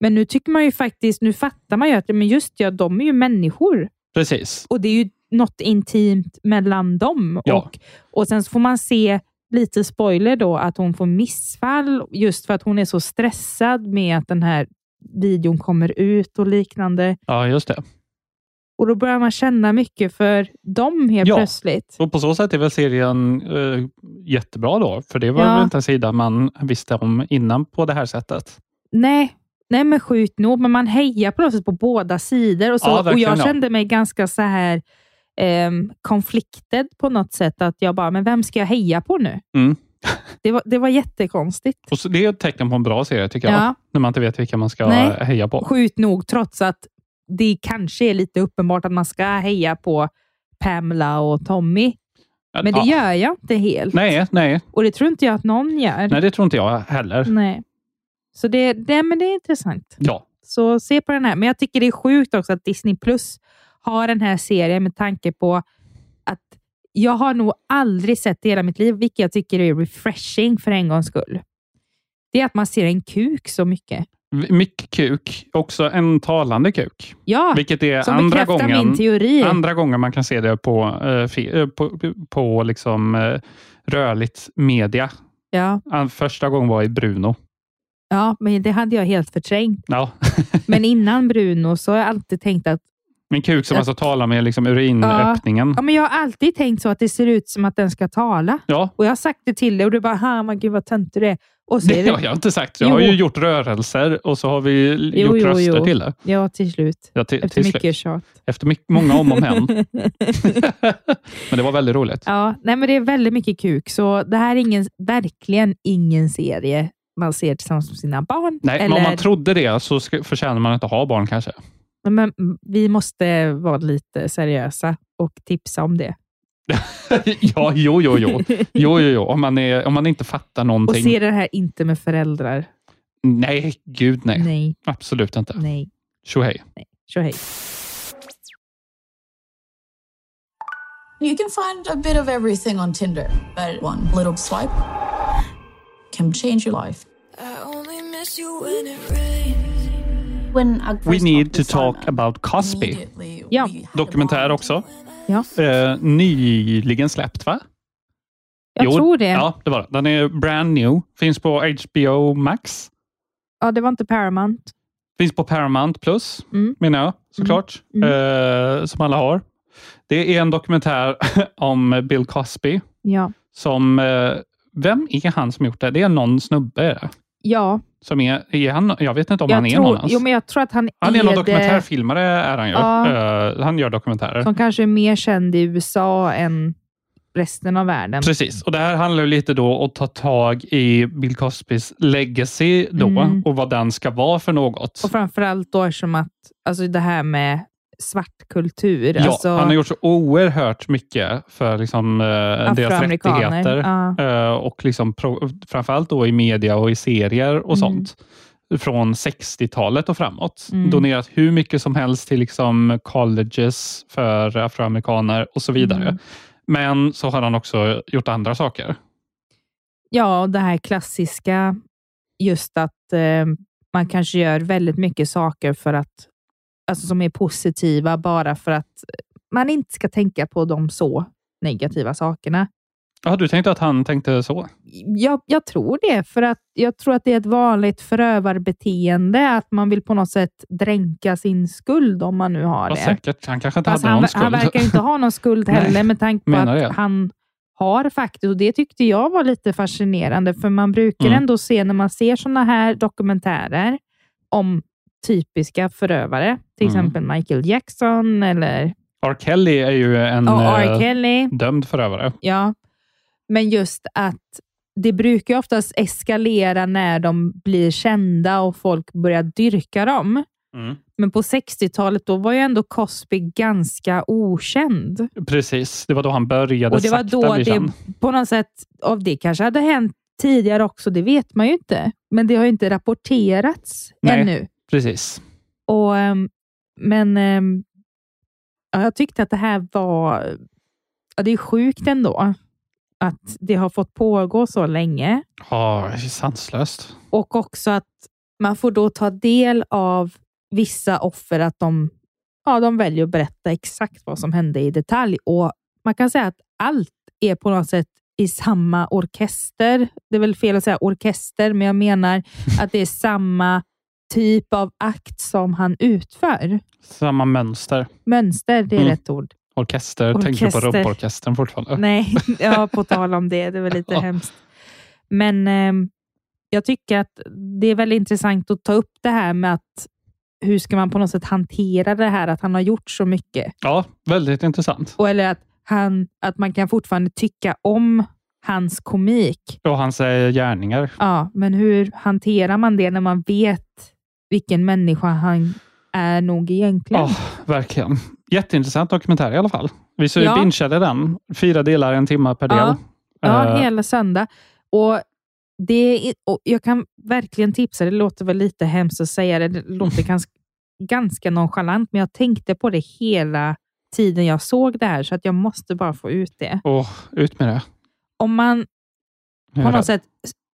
[SPEAKER 3] Men nu tycker man ju faktiskt, nu fattar man ju att men just ja, de är ju människor.
[SPEAKER 2] Precis.
[SPEAKER 3] Och det är ju något intimt mellan dem.
[SPEAKER 2] Ja.
[SPEAKER 3] Och, och sen så får man se lite spoiler då, att hon får missfall just för att hon är så stressad med att den här videon kommer ut och liknande.
[SPEAKER 2] Ja, just det.
[SPEAKER 3] Och då börjar man känna mycket för dem helt
[SPEAKER 2] Ja.
[SPEAKER 3] plötsligt.
[SPEAKER 2] Och på så sätt är väl serien eh, jättebra då, för det var
[SPEAKER 3] Ja.
[SPEAKER 2] väl inte en sida man visste om innan på det här sättet.
[SPEAKER 3] Nej, nej men sjukt nog, men man hejar på något sätt på båda sidor. Och, så,
[SPEAKER 2] Ja,
[SPEAKER 3] och
[SPEAKER 2] verkligen,
[SPEAKER 3] jag
[SPEAKER 2] ja.
[SPEAKER 3] kände mig ganska så här ehm, conflicted på något sätt. Att jag bara, men vem ska jag heja på nu?
[SPEAKER 2] Mm.
[SPEAKER 3] Det, var, det var jättekonstigt.
[SPEAKER 2] Och så, det är ett tecken på en bra serie tycker jag,
[SPEAKER 3] Ja.
[SPEAKER 2] när man inte vet vilka man ska
[SPEAKER 3] Nej.
[SPEAKER 2] heja på.
[SPEAKER 3] Sjukt nog, trots att det kanske är lite uppenbart att man ska heja på Pamela och Tommy. Men det
[SPEAKER 2] Ja.
[SPEAKER 3] gör jag inte helt.
[SPEAKER 2] Nej, nej,
[SPEAKER 3] Och det tror inte jag att någon gör.
[SPEAKER 2] nej, det tror inte jag heller.
[SPEAKER 3] Nej. Så det, det, men det är intressant.
[SPEAKER 2] Ja,
[SPEAKER 3] Så se på den här. Men jag tycker det är sjukt också att Disney Plus har den här serien med tanke på att jag har nog aldrig sett i hela mitt liv, vilket jag tycker är refreshing för en gångs skull. Det är att man ser en kuk så mycket.
[SPEAKER 2] V- mycket kuk. Också en talande kuk,
[SPEAKER 3] Ja,
[SPEAKER 2] vilket är
[SPEAKER 3] som
[SPEAKER 2] andra
[SPEAKER 3] bekräftar
[SPEAKER 2] gången,
[SPEAKER 3] min teori.
[SPEAKER 2] andra gången man kan se det på, eh, fe- eh, på, på liksom, eh, rörligt media.
[SPEAKER 3] Ja,
[SPEAKER 2] Ah, Första gången var i Bruno.
[SPEAKER 3] ja, men det hade jag helt förträngt.
[SPEAKER 2] Ja. *laughs*
[SPEAKER 3] Men innan Bruno så har jag alltid tänkt att...
[SPEAKER 2] En kuk som alltså talar med liksom urinöppningen.
[SPEAKER 3] Ja, men jag har alltid tänkt så att det ser ut som att den ska tala.
[SPEAKER 2] Ja,
[SPEAKER 3] Och jag har sagt det till dig och du bara, "Ha, men gud vad töntig du är.
[SPEAKER 2] *laughs*
[SPEAKER 3] Och så är
[SPEAKER 2] det har
[SPEAKER 3] det...
[SPEAKER 2] jag inte sagt. Jag har
[SPEAKER 3] Jo.
[SPEAKER 2] ju gjort rörelser och så har vi
[SPEAKER 3] Jo,
[SPEAKER 2] gjort
[SPEAKER 3] jo,
[SPEAKER 2] röster
[SPEAKER 3] jo.
[SPEAKER 2] till det.
[SPEAKER 3] Ja, till slut.
[SPEAKER 2] Ja, till,
[SPEAKER 3] Efter
[SPEAKER 2] till
[SPEAKER 3] mycket
[SPEAKER 2] slut.
[SPEAKER 3] tjat.
[SPEAKER 2] Efter mycket, många om och
[SPEAKER 3] *laughs*
[SPEAKER 2] men. men det var väldigt roligt.
[SPEAKER 3] Ja, nej, men det är väldigt mycket kuk. Så det här är ingen, verkligen ingen serie man ser tillsammans med sina barn.
[SPEAKER 2] Nej, men om man trodde det så ska, förtjänar man inte att ha barn kanske. *laughs*
[SPEAKER 3] Nej, men vi måste vara lite seriösa och tipsa om det.
[SPEAKER 2] ja, jo, jo,
[SPEAKER 3] *laughs*
[SPEAKER 2] jo. jo, jo, jo. Om, man är, om man inte fattar
[SPEAKER 3] Och
[SPEAKER 2] någonting.
[SPEAKER 3] se det här inte med föräldrar.
[SPEAKER 2] Nej, gud nej.
[SPEAKER 3] Nej,
[SPEAKER 2] Absolut inte.
[SPEAKER 3] nej.
[SPEAKER 2] Tjohej.
[SPEAKER 3] Tjo hej.
[SPEAKER 8] You can find a bit of everything on Tinder, but one little swipe can change your life.
[SPEAKER 9] When I
[SPEAKER 2] We
[SPEAKER 9] first
[SPEAKER 2] need
[SPEAKER 9] got
[SPEAKER 2] to
[SPEAKER 9] this
[SPEAKER 2] talk
[SPEAKER 9] assignment,
[SPEAKER 2] about Cosby.
[SPEAKER 8] Immediately,
[SPEAKER 3] Ja.
[SPEAKER 8] we had a
[SPEAKER 2] Dokumentär
[SPEAKER 8] bond.
[SPEAKER 2] också.
[SPEAKER 3] Ja,
[SPEAKER 2] Eh, nyligen släppt, va?
[SPEAKER 3] jag
[SPEAKER 2] Jo,
[SPEAKER 3] tror det. Ja.
[SPEAKER 2] Ja, det var det. Den är brand new. Finns på HBO Max.
[SPEAKER 3] det var inte Paramount.
[SPEAKER 2] Finns på Paramount Plus,
[SPEAKER 3] Mm.
[SPEAKER 2] menar jag såklart, Eh, som alla har. Det är en dokumentär *laughs* om Bill Cosby.
[SPEAKER 3] Ja.
[SPEAKER 2] Som, eh, vem är han som gjort det? Det är någon snubbe.
[SPEAKER 3] Ja,
[SPEAKER 2] Som är, är han, jag vet inte om han
[SPEAKER 3] jag
[SPEAKER 2] är
[SPEAKER 3] tror,
[SPEAKER 2] någon ens.
[SPEAKER 3] jo, men jag tror att han,
[SPEAKER 2] han är någon
[SPEAKER 3] det-
[SPEAKER 2] dokumentärfilmare, är han ju.
[SPEAKER 3] Ja.
[SPEAKER 2] Eh, han gör dokumentärer.
[SPEAKER 3] som kanske är mer känd i USA än resten av världen.
[SPEAKER 2] Precis, och det här handlar ju lite då om att ta tag i Bill Cosbys legacy då
[SPEAKER 3] Mm.
[SPEAKER 2] och vad den ska vara för något.
[SPEAKER 3] Och framförallt då som att alltså det här med svartkultur.
[SPEAKER 2] Ja,
[SPEAKER 3] alltså,
[SPEAKER 2] han har gjort så oerhört mycket för liksom, eh, deras
[SPEAKER 3] Afroamerikaner,
[SPEAKER 2] rättigheter.
[SPEAKER 3] ja.
[SPEAKER 2] Eh, och liksom, pro- framförallt då i media och i serier och
[SPEAKER 3] Mm.
[SPEAKER 2] sånt. från 60-talet och framåt. Mm. Donerat hur mycket som helst till liksom colleges för afroamerikaner och så vidare. Mm. Men så har han också gjort andra saker.
[SPEAKER 3] Ja, och det här klassiska, just att eh, man kanske gör väldigt mycket saker för att, alltså som är positiva bara för att man inte ska tänka på de så negativa sakerna.
[SPEAKER 2] Ja, du tänkte att han tänkte så?
[SPEAKER 3] Jag, jag tror det, för att jag tror att det är ett vanligt förövarbeteende att man vill på något sätt dränka sin skuld om man nu har
[SPEAKER 2] ja,
[SPEAKER 3] det.
[SPEAKER 2] Säkert. Han kanske inte
[SPEAKER 3] Fast
[SPEAKER 2] hade
[SPEAKER 3] han,
[SPEAKER 2] någon skuld.
[SPEAKER 3] han verkar inte ha någon skuld
[SPEAKER 2] *laughs*
[SPEAKER 3] heller
[SPEAKER 2] Nej,
[SPEAKER 3] med tanke på
[SPEAKER 2] menar
[SPEAKER 3] att
[SPEAKER 2] jag.
[SPEAKER 3] han har faktiskt, och det tyckte jag var lite fascinerande, för man brukar
[SPEAKER 2] Mm.
[SPEAKER 3] ändå se när man ser sådana här dokumentärer om typiska förövare, till
[SPEAKER 2] Mm.
[SPEAKER 3] exempel Michael Jackson eller
[SPEAKER 2] *laughs* R. Kelly är ju en
[SPEAKER 3] och R.
[SPEAKER 2] eh,
[SPEAKER 3] Kelly.
[SPEAKER 2] dömd förövare.
[SPEAKER 3] Ja, men just att det brukar ju oftast eskalera när de blir kända och folk börjar dyrka dem.
[SPEAKER 2] Mm.
[SPEAKER 3] Men på 60-talet då var ju ändå Cosby ganska okänd.
[SPEAKER 2] Precis, det var då han började liksom.
[SPEAKER 3] och det var
[SPEAKER 2] sakta
[SPEAKER 3] då
[SPEAKER 2] bli
[SPEAKER 3] det
[SPEAKER 2] känd.
[SPEAKER 3] på något sätt, av det kanske hade hänt tidigare också, det vet man ju inte. Men det har ju inte rapporterats
[SPEAKER 2] Nej.
[SPEAKER 3] ännu.
[SPEAKER 2] Precis.
[SPEAKER 3] Och, ehm, men ehm, ja, jag tyckte att det här var... Ja, det är sjukt ändå att det har fått pågå så länge
[SPEAKER 2] Ja, det är sanslöst.
[SPEAKER 3] och också att man får då ta del av vissa offer, att de, ja, de väljer att berätta exakt vad som hände i detalj. Och Man kan säga att allt är på något sätt i samma orkester. Det är väl fel att säga orkester, men jag menar att det är samma typ av akt som han utför.
[SPEAKER 2] Samma mönster.
[SPEAKER 3] Mönster, det är
[SPEAKER 2] Mm.
[SPEAKER 3] rätt ord.
[SPEAKER 2] Orkester. Tänker du på
[SPEAKER 3] Orkester.
[SPEAKER 2] rumporkestern fortfarande?
[SPEAKER 3] Nej,
[SPEAKER 2] *laughs*
[SPEAKER 3] ja, på tal om det. Det var lite
[SPEAKER 2] Ja.
[SPEAKER 3] hemskt. Men ehm, jag tycker att det är väldigt intressant att ta upp det här med att hur ska man på något sätt hantera det här att han har gjort så mycket?
[SPEAKER 2] Ja, väldigt intressant.
[SPEAKER 3] Och, eller att, han, att man kan fortfarande tycka om hans komik.
[SPEAKER 2] Och hans eh, gärningar.
[SPEAKER 3] Ja, men hur hanterar man det när man vet vilken människa han är nog egentligen?
[SPEAKER 2] Ja, verkligen. Jätteintressant dokumentär i alla fall. Vi så
[SPEAKER 3] Ja.
[SPEAKER 2] bingeade den. Fyra delar, en timme per del.
[SPEAKER 3] Ja. Ja,
[SPEAKER 2] Eh,
[SPEAKER 3] hela söndag. Och det är, och jag kan verkligen tipsa, det låter väl lite hemskt att säga det, det
[SPEAKER 2] *laughs*
[SPEAKER 3] låter ganska, ganska nonchalant, men jag tänkte på det hela tiden jag såg det här, så att jag måste bara få ut det.
[SPEAKER 2] åh, ut med det.
[SPEAKER 3] Om man
[SPEAKER 2] Nu är
[SPEAKER 3] på
[SPEAKER 2] jag rädd.
[SPEAKER 3] något sätt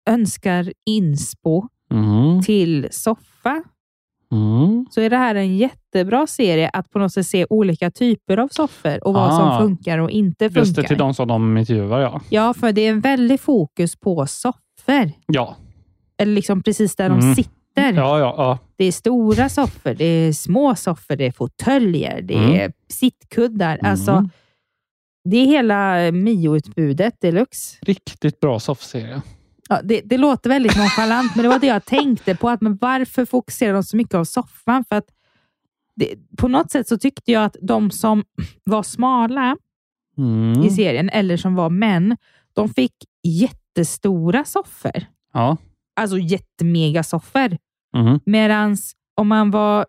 [SPEAKER 3] önskar inspo
[SPEAKER 2] Mm,
[SPEAKER 3] till soffa,
[SPEAKER 2] mm.
[SPEAKER 3] så är det här en jättebra serie att på något sätt se olika typer av soffor och vad
[SPEAKER 2] Ah.
[SPEAKER 3] som funkar och inte funkar.
[SPEAKER 2] Just det, till de som de intervjuar, ja.
[SPEAKER 3] Ja, för det är en väldig fokus på soffor.
[SPEAKER 2] Ja,
[SPEAKER 3] eller liksom precis där
[SPEAKER 2] Mm.
[SPEAKER 3] de sitter.
[SPEAKER 2] ja, ja. ja.
[SPEAKER 3] Det är stora soffor, det är små soffor, det är fåtöljer, det
[SPEAKER 2] Mm.
[SPEAKER 3] är sittkuddar.
[SPEAKER 2] Mm.
[SPEAKER 3] Alltså, det är hela Mio-utbudet deluxe.
[SPEAKER 2] Riktigt bra soffserie.
[SPEAKER 3] Ja, det, det låter väldigt nonchalant, men det var det jag tänkte på. Att, men varför fokuserar de så mycket av soffan? För att det, på något sätt så tyckte jag att de som var smala
[SPEAKER 2] Mm.
[SPEAKER 3] i serien, eller som var män, de fick jättestora soffor.
[SPEAKER 2] Ja.
[SPEAKER 3] Alltså jättemega soffor.
[SPEAKER 2] Mm.
[SPEAKER 3] Medan om man var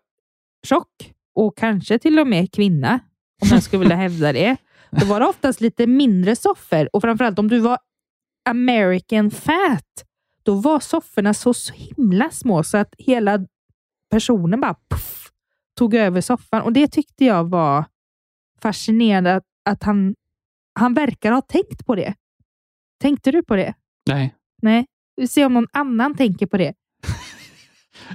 [SPEAKER 3] tjock och kanske till och med kvinna, om jag skulle vilja hävda det, då var det oftast lite mindre soffor. Och framförallt om du var American fat, då var sofforna så himla små så att hela personen bara puff, tog över soffan. Och Det tyckte jag var fascinerande, att, att han, han verkar ha tänkt på det. Tänkte du på det?
[SPEAKER 2] Nej.
[SPEAKER 3] Nej. Vi ser om någon annan tänker på det.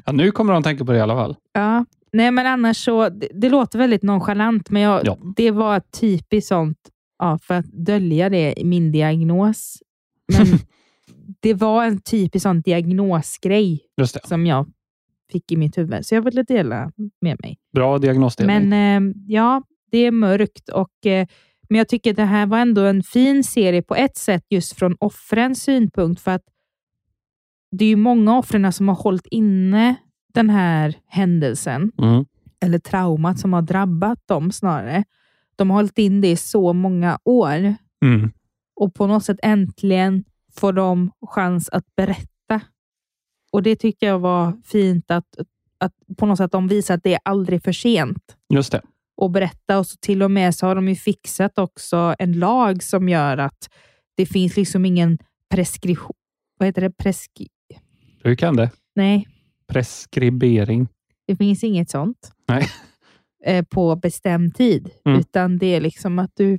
[SPEAKER 2] Ja, nu kommer de tänka på det i alla fall.
[SPEAKER 3] Ja. Nej, men annars så, det, det låter väldigt nonchalant, men jag,
[SPEAKER 2] Ja.
[SPEAKER 3] det var ett typiskt sånt, ja, för att dölja det i min diagnos. Men det var en typisk sån diagnosgrej
[SPEAKER 2] Just det.
[SPEAKER 3] som jag fick i mitt huvud, så jag ville dela med mig.
[SPEAKER 2] Bra diagnosdelning.
[SPEAKER 3] Men eh, ja, det är mörkt, och, eh, men jag tycker det här var ändå en fin serie på ett sätt, just från offrens synpunkt, för att det är ju många offren som har hållit inne den här händelsen
[SPEAKER 2] Mm.
[SPEAKER 3] eller traumat som har drabbat dem snarare. De har hållit in det i så många år
[SPEAKER 2] Mm.
[SPEAKER 3] och på något sätt äntligen får de chans att berätta. Och Det tycker jag var fint, att, att på något sätt de visar att det är aldrig för sent
[SPEAKER 2] Just det.
[SPEAKER 3] att berätta. Och så Till och med så har de ju fixat också en lag som gör att det finns liksom ingen preskription. Vad heter det? Preski...
[SPEAKER 2] Du kan det.
[SPEAKER 3] Nej,
[SPEAKER 2] Preskribering.
[SPEAKER 3] Det finns inget sånt
[SPEAKER 2] Nej.
[SPEAKER 3] *laughs* eh, på bestämd tid,
[SPEAKER 2] Mm.
[SPEAKER 3] utan det är liksom att du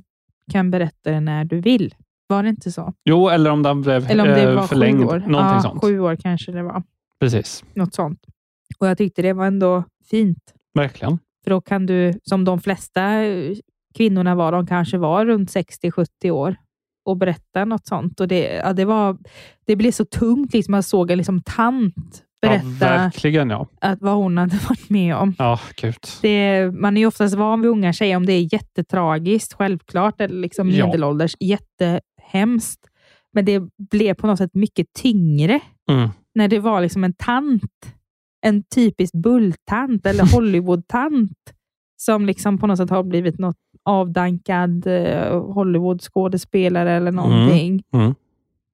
[SPEAKER 3] kan berätta det när du vill. Var det inte så?
[SPEAKER 2] Jo, eller om den blev
[SPEAKER 3] Eller om det
[SPEAKER 2] eh,
[SPEAKER 3] var
[SPEAKER 2] förlängd.
[SPEAKER 3] sju år.
[SPEAKER 2] Någonting
[SPEAKER 3] ja,
[SPEAKER 2] sånt.
[SPEAKER 3] Sju år kanske det var.
[SPEAKER 2] Precis,
[SPEAKER 3] Något sånt. Och jag tyckte det var ändå fint.
[SPEAKER 2] verkligen.
[SPEAKER 3] För då kan du, som de flesta eh, kvinnorna var, de kanske var runt 60-70 år och berätta något sånt. Och det, ja, det, var, det blev så tungt. Liksom, man såg en liksom, tant
[SPEAKER 2] Ja,
[SPEAKER 3] berätta
[SPEAKER 2] verkligen ja.
[SPEAKER 3] att vad hon hade *laughs* varit med om.
[SPEAKER 2] Ja, gud.
[SPEAKER 3] Det, man är ju oftast van vid unga tjejer om det är jättetragiskt, självklart, eller liksom
[SPEAKER 2] Ja.
[SPEAKER 3] medelålders, jättehemskt. Men det blev på något sätt mycket tyngre
[SPEAKER 2] Mm.
[SPEAKER 3] när det var liksom en tant, en typisk
[SPEAKER 2] *laughs*
[SPEAKER 3] bulltant eller Hollywoodtant som liksom på något sätt har blivit något avdankad eh, Hollywoodskådespelare eller någonting.
[SPEAKER 2] Mm.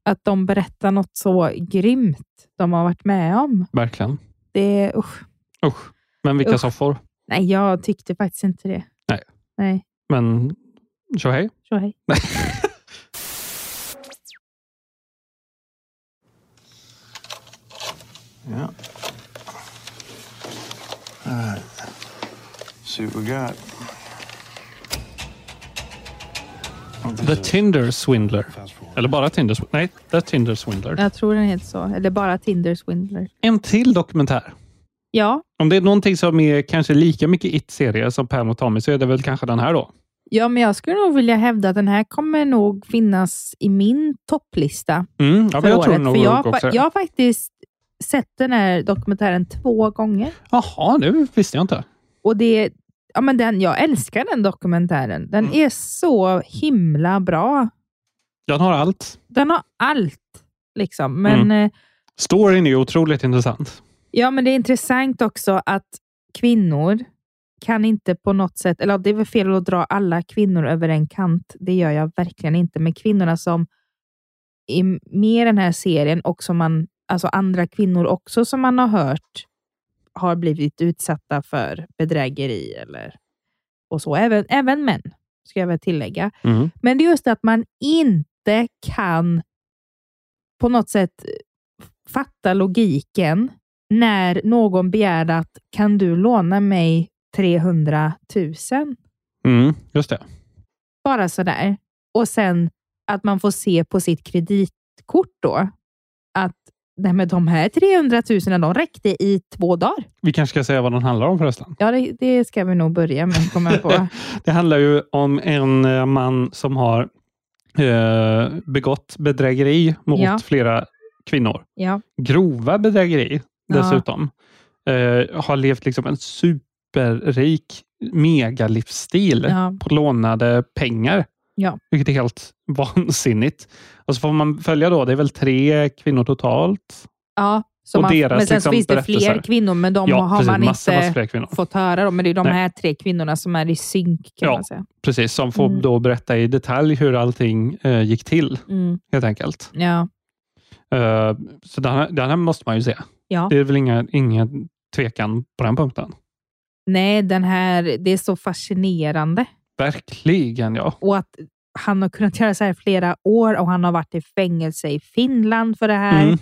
[SPEAKER 3] Att de berättar något så grymt de har varit med om.
[SPEAKER 2] Verkligen.
[SPEAKER 3] Det, usch.
[SPEAKER 2] Usch. Men vilka
[SPEAKER 3] Usch.
[SPEAKER 2] soffor.
[SPEAKER 3] Nej, jag tyckte faktiskt inte det.
[SPEAKER 2] Nej.
[SPEAKER 3] Nej,
[SPEAKER 2] Men tjo hej.
[SPEAKER 3] så hej.
[SPEAKER 1] Yeah. All right. See what we got.
[SPEAKER 2] The Tinder Swindler. Eller bara Tinder Swindler. Nej, The Tinder Swindler.
[SPEAKER 3] Jag tror den heter så. Eller bara Tinder Swindler.
[SPEAKER 2] En till dokumentär.
[SPEAKER 3] Ja,
[SPEAKER 2] Om det är någonting som är kanske lika mycket it-serier som Pam och Tommy så är det väl kanske den här då.
[SPEAKER 3] ja, men jag skulle nog vilja hävda att den här kommer nog finnas i min topplista
[SPEAKER 2] Mm, ja,
[SPEAKER 3] för
[SPEAKER 2] men jag
[SPEAKER 3] året.
[SPEAKER 2] tror nog
[SPEAKER 3] för jag, har
[SPEAKER 2] också
[SPEAKER 3] fa- jag har faktiskt sett den här dokumentären två gånger.
[SPEAKER 2] Jaha, nu visste jag inte.
[SPEAKER 3] Och det, ja, men den, Jag älskar den dokumentären. Den
[SPEAKER 2] Mm.
[SPEAKER 3] är så himla bra.
[SPEAKER 2] Den har allt.
[SPEAKER 3] Den har allt. Liksom. Men,
[SPEAKER 2] Mm.
[SPEAKER 3] eh,
[SPEAKER 2] Storyn är ju otroligt intressant.
[SPEAKER 3] Ja, men det är intressant också att kvinnor kan inte på något sätt, eller ja, det är väl fel att dra alla kvinnor över en kant. Det gör jag verkligen inte. Men kvinnorna som är med i den här serien och som man, alltså andra kvinnor också som man har hört har blivit utsatta för bedrägeri eller och så. Även, även män, ska jag väl tillägga.
[SPEAKER 2] Mm.
[SPEAKER 3] Men det är just det att man inte kan på något sätt fatta logiken när någon begär att kan du låna mig 300 000?
[SPEAKER 2] Mm, just det.
[SPEAKER 3] Bara sådär. Och sen att man får se på sitt kreditkort då att nej men de här 300 000 de räckte i två dagar.
[SPEAKER 2] Vi kanske ska säga vad den handlar om förresten.
[SPEAKER 3] Ja, det, det ska vi nog börja med, kommer
[SPEAKER 2] *laughs*
[SPEAKER 3] jag på.
[SPEAKER 2] Det handlar ju om en eh, man som har eh, begått bedrägeri mot
[SPEAKER 3] Ja.
[SPEAKER 2] flera kvinnor.
[SPEAKER 3] Ja,
[SPEAKER 2] Grova bedrägeri
[SPEAKER 3] Ja.
[SPEAKER 2] dessutom. Eh, har levt liksom en superrik megalivsstil
[SPEAKER 3] Ja.
[SPEAKER 2] på lånade pengar.
[SPEAKER 3] Ja.
[SPEAKER 2] Vilket är helt *laughs* vansinnigt. Och så får man följa då, det är väl tre kvinnor totalt?
[SPEAKER 3] ja som
[SPEAKER 2] Och
[SPEAKER 3] man,
[SPEAKER 2] deras
[SPEAKER 3] men sen så
[SPEAKER 2] liksom
[SPEAKER 3] finns det
[SPEAKER 2] berättelser.
[SPEAKER 3] fler kvinnor, men de
[SPEAKER 2] ja,
[SPEAKER 3] har
[SPEAKER 2] precis,
[SPEAKER 3] man
[SPEAKER 2] massa,
[SPEAKER 3] inte
[SPEAKER 2] massa fler kvinnor.
[SPEAKER 3] fått höra. Dem, men det är de
[SPEAKER 2] Nej.
[SPEAKER 3] här tre kvinnorna som är i synk, kan
[SPEAKER 2] Ja.
[SPEAKER 3] man säga.
[SPEAKER 2] Precis, som får
[SPEAKER 3] Mm.
[SPEAKER 2] då berätta i detalj hur allting eh, gick till,
[SPEAKER 3] Mm.
[SPEAKER 2] helt enkelt.
[SPEAKER 3] Ja.
[SPEAKER 2] Eh, så den här, den här måste man ju se.
[SPEAKER 3] Ja.
[SPEAKER 2] Det är väl inga, ingen tvekan på den punkten.
[SPEAKER 3] Nej, den här, det är så fascinerande.
[SPEAKER 2] Verkligen, ja.
[SPEAKER 3] Och att han har kunnat göra så här i flera år och han har varit i fängelse i Finland för det här.
[SPEAKER 2] Mm.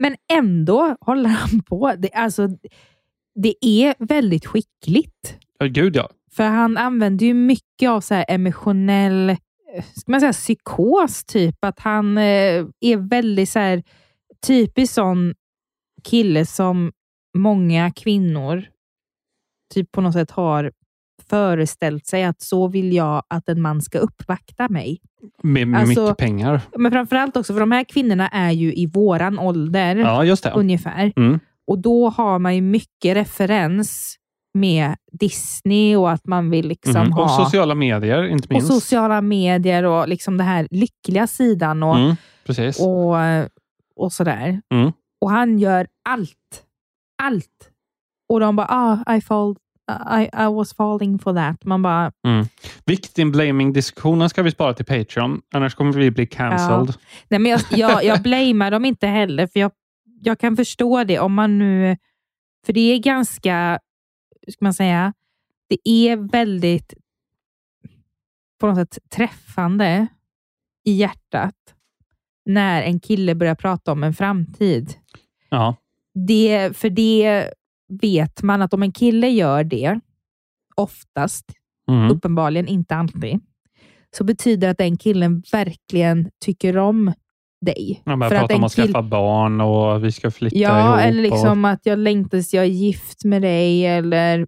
[SPEAKER 3] Men ändå håller han på. Det, alltså, det är väldigt skickligt.
[SPEAKER 2] Ja, Gud, ja.
[SPEAKER 3] För han använder ju mycket av så här emotionell eh, ska man säga, psykos, typ. Att han eh, är väldigt så här, typisk sån kille som många kvinnor typ på något sätt har föreställt sig att så vill jag att en man ska uppvakta mig.
[SPEAKER 2] Med med
[SPEAKER 3] Alltså-
[SPEAKER 2] mycket pengar.
[SPEAKER 3] Men framförallt också, för de här kvinnorna är ju i våran ålder
[SPEAKER 2] Ja, just det.
[SPEAKER 3] ungefär.
[SPEAKER 2] Mm.
[SPEAKER 3] Och då har man ju mycket referens med Disney och att man vill liksom
[SPEAKER 2] Mm.
[SPEAKER 3] ha...
[SPEAKER 2] Och sociala medier, inte
[SPEAKER 3] och
[SPEAKER 2] minst.
[SPEAKER 3] sociala medier och liksom den här lyckliga sidan och,
[SPEAKER 2] Mm, precis.
[SPEAKER 3] och, och sådär.
[SPEAKER 2] Mm.
[SPEAKER 3] Och han gör allt. Allt. Och de bara, ah, I, fall, I, I was falling for that. Man bara,
[SPEAKER 2] Victim-blaming-diskussionen ska vi spara till Patreon, annars kommer vi bli cancelled.
[SPEAKER 3] nej men jag, jag, jag blamear dem inte heller, för jag, jag kan förstå det om man nu... För det är ganska, hur ska man säga, det är väldigt på något sätt träffande i hjärtat när en kille börjar prata om en framtid.
[SPEAKER 2] Ja.
[SPEAKER 3] Det, för det vet man att om en kille gör det, oftast,
[SPEAKER 2] Mm.
[SPEAKER 3] uppenbarligen inte alltid, så betyder det att den killen verkligen tycker om dig.
[SPEAKER 2] De börjar
[SPEAKER 3] För
[SPEAKER 2] prata om
[SPEAKER 3] en
[SPEAKER 2] att
[SPEAKER 3] kill-
[SPEAKER 2] skaffa barn och vi ska flytta ihop.
[SPEAKER 3] Ja, eller
[SPEAKER 2] och,
[SPEAKER 3] liksom att jag längtar tills jag är gift med dig. Eller...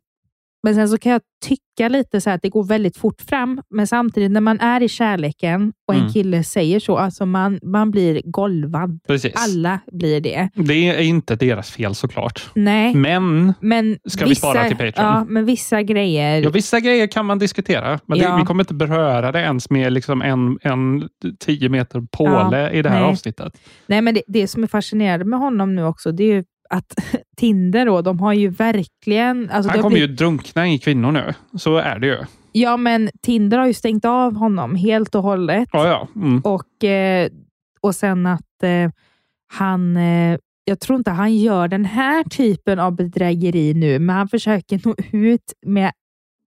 [SPEAKER 3] Men sen så kan jag tycka lite så här att det går väldigt fort fram, men samtidigt när man är i kärleken och en
[SPEAKER 2] Mm.
[SPEAKER 3] kille säger så, alltså man, man blir golvad.
[SPEAKER 2] precis.
[SPEAKER 3] Alla blir det.
[SPEAKER 2] Det är inte deras fel såklart.
[SPEAKER 3] Nej,
[SPEAKER 2] Men
[SPEAKER 3] men
[SPEAKER 2] Ska vi
[SPEAKER 3] vissa,
[SPEAKER 2] spara till Patreon?
[SPEAKER 3] Ja, men vissa grejer.
[SPEAKER 2] ja, vissa grejer kan man diskutera, men
[SPEAKER 3] Ja.
[SPEAKER 2] det, vi kommer inte beröra det ens med liksom en, en tio meter påle
[SPEAKER 3] Ja,
[SPEAKER 2] i det här
[SPEAKER 3] nej.
[SPEAKER 2] avsnittet.
[SPEAKER 3] Nej, men det, det som är fascinerande med honom nu också, det är ju att *laughs* Tinder då, de har ju verkligen... Alltså det
[SPEAKER 2] Han
[SPEAKER 3] har
[SPEAKER 2] kommer
[SPEAKER 3] blivit-
[SPEAKER 2] ju drunkna i kvinnor nu. Så är det ju.
[SPEAKER 3] Ja, men Tinder har ju stängt av honom helt och hållet.
[SPEAKER 2] Ja, ja. Mm.
[SPEAKER 3] Och, eh, och sen att eh, han... Eh, jag tror inte han gör den här typen av bedrägeri nu, men han försöker nå ut med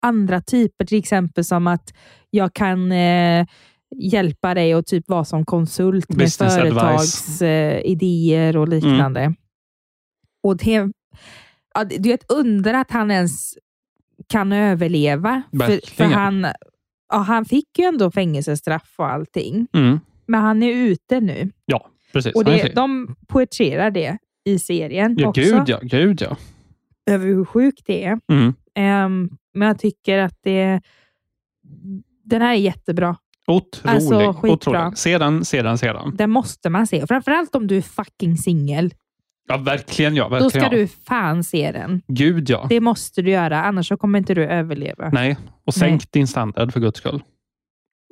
[SPEAKER 3] andra typer, till exempel som att jag kan eh, hjälpa dig och typ vara som konsult med
[SPEAKER 2] Business advice. Mm.
[SPEAKER 3] företagsidéer och liknande. Och det, ja, det det är ett under att han ens kan överleva. För, för
[SPEAKER 2] Verkligen.
[SPEAKER 3] han, ja, han fick ju ändå fängelsestraff och allting,
[SPEAKER 2] Mm.
[SPEAKER 3] men han är ute nu.
[SPEAKER 2] Ja, precis.
[SPEAKER 3] Och
[SPEAKER 2] Han är
[SPEAKER 3] det,
[SPEAKER 2] fri.
[SPEAKER 3] de poetrerar det i serien
[SPEAKER 2] ja,
[SPEAKER 3] också,
[SPEAKER 2] gud ja. Gud, ja.
[SPEAKER 3] över hur sjukt det är.
[SPEAKER 2] Mm.
[SPEAKER 3] Ehm, men jag tycker att det, den här är jättebra.
[SPEAKER 2] Otrolig.
[SPEAKER 3] Alltså, skitbra.
[SPEAKER 2] otrolig. Sedan, sedan, sedan.
[SPEAKER 3] Den måste man se. Framförallt om du är fucking singel.
[SPEAKER 2] Ja, verkligen ja. Verkligen,
[SPEAKER 3] Då ska
[SPEAKER 2] ja.
[SPEAKER 3] du fan se den.
[SPEAKER 2] Gud ja.
[SPEAKER 3] Det måste du göra, annars så kommer inte du överleva.
[SPEAKER 2] Nej, och sänk
[SPEAKER 3] Nej.
[SPEAKER 2] din standard för guds skull.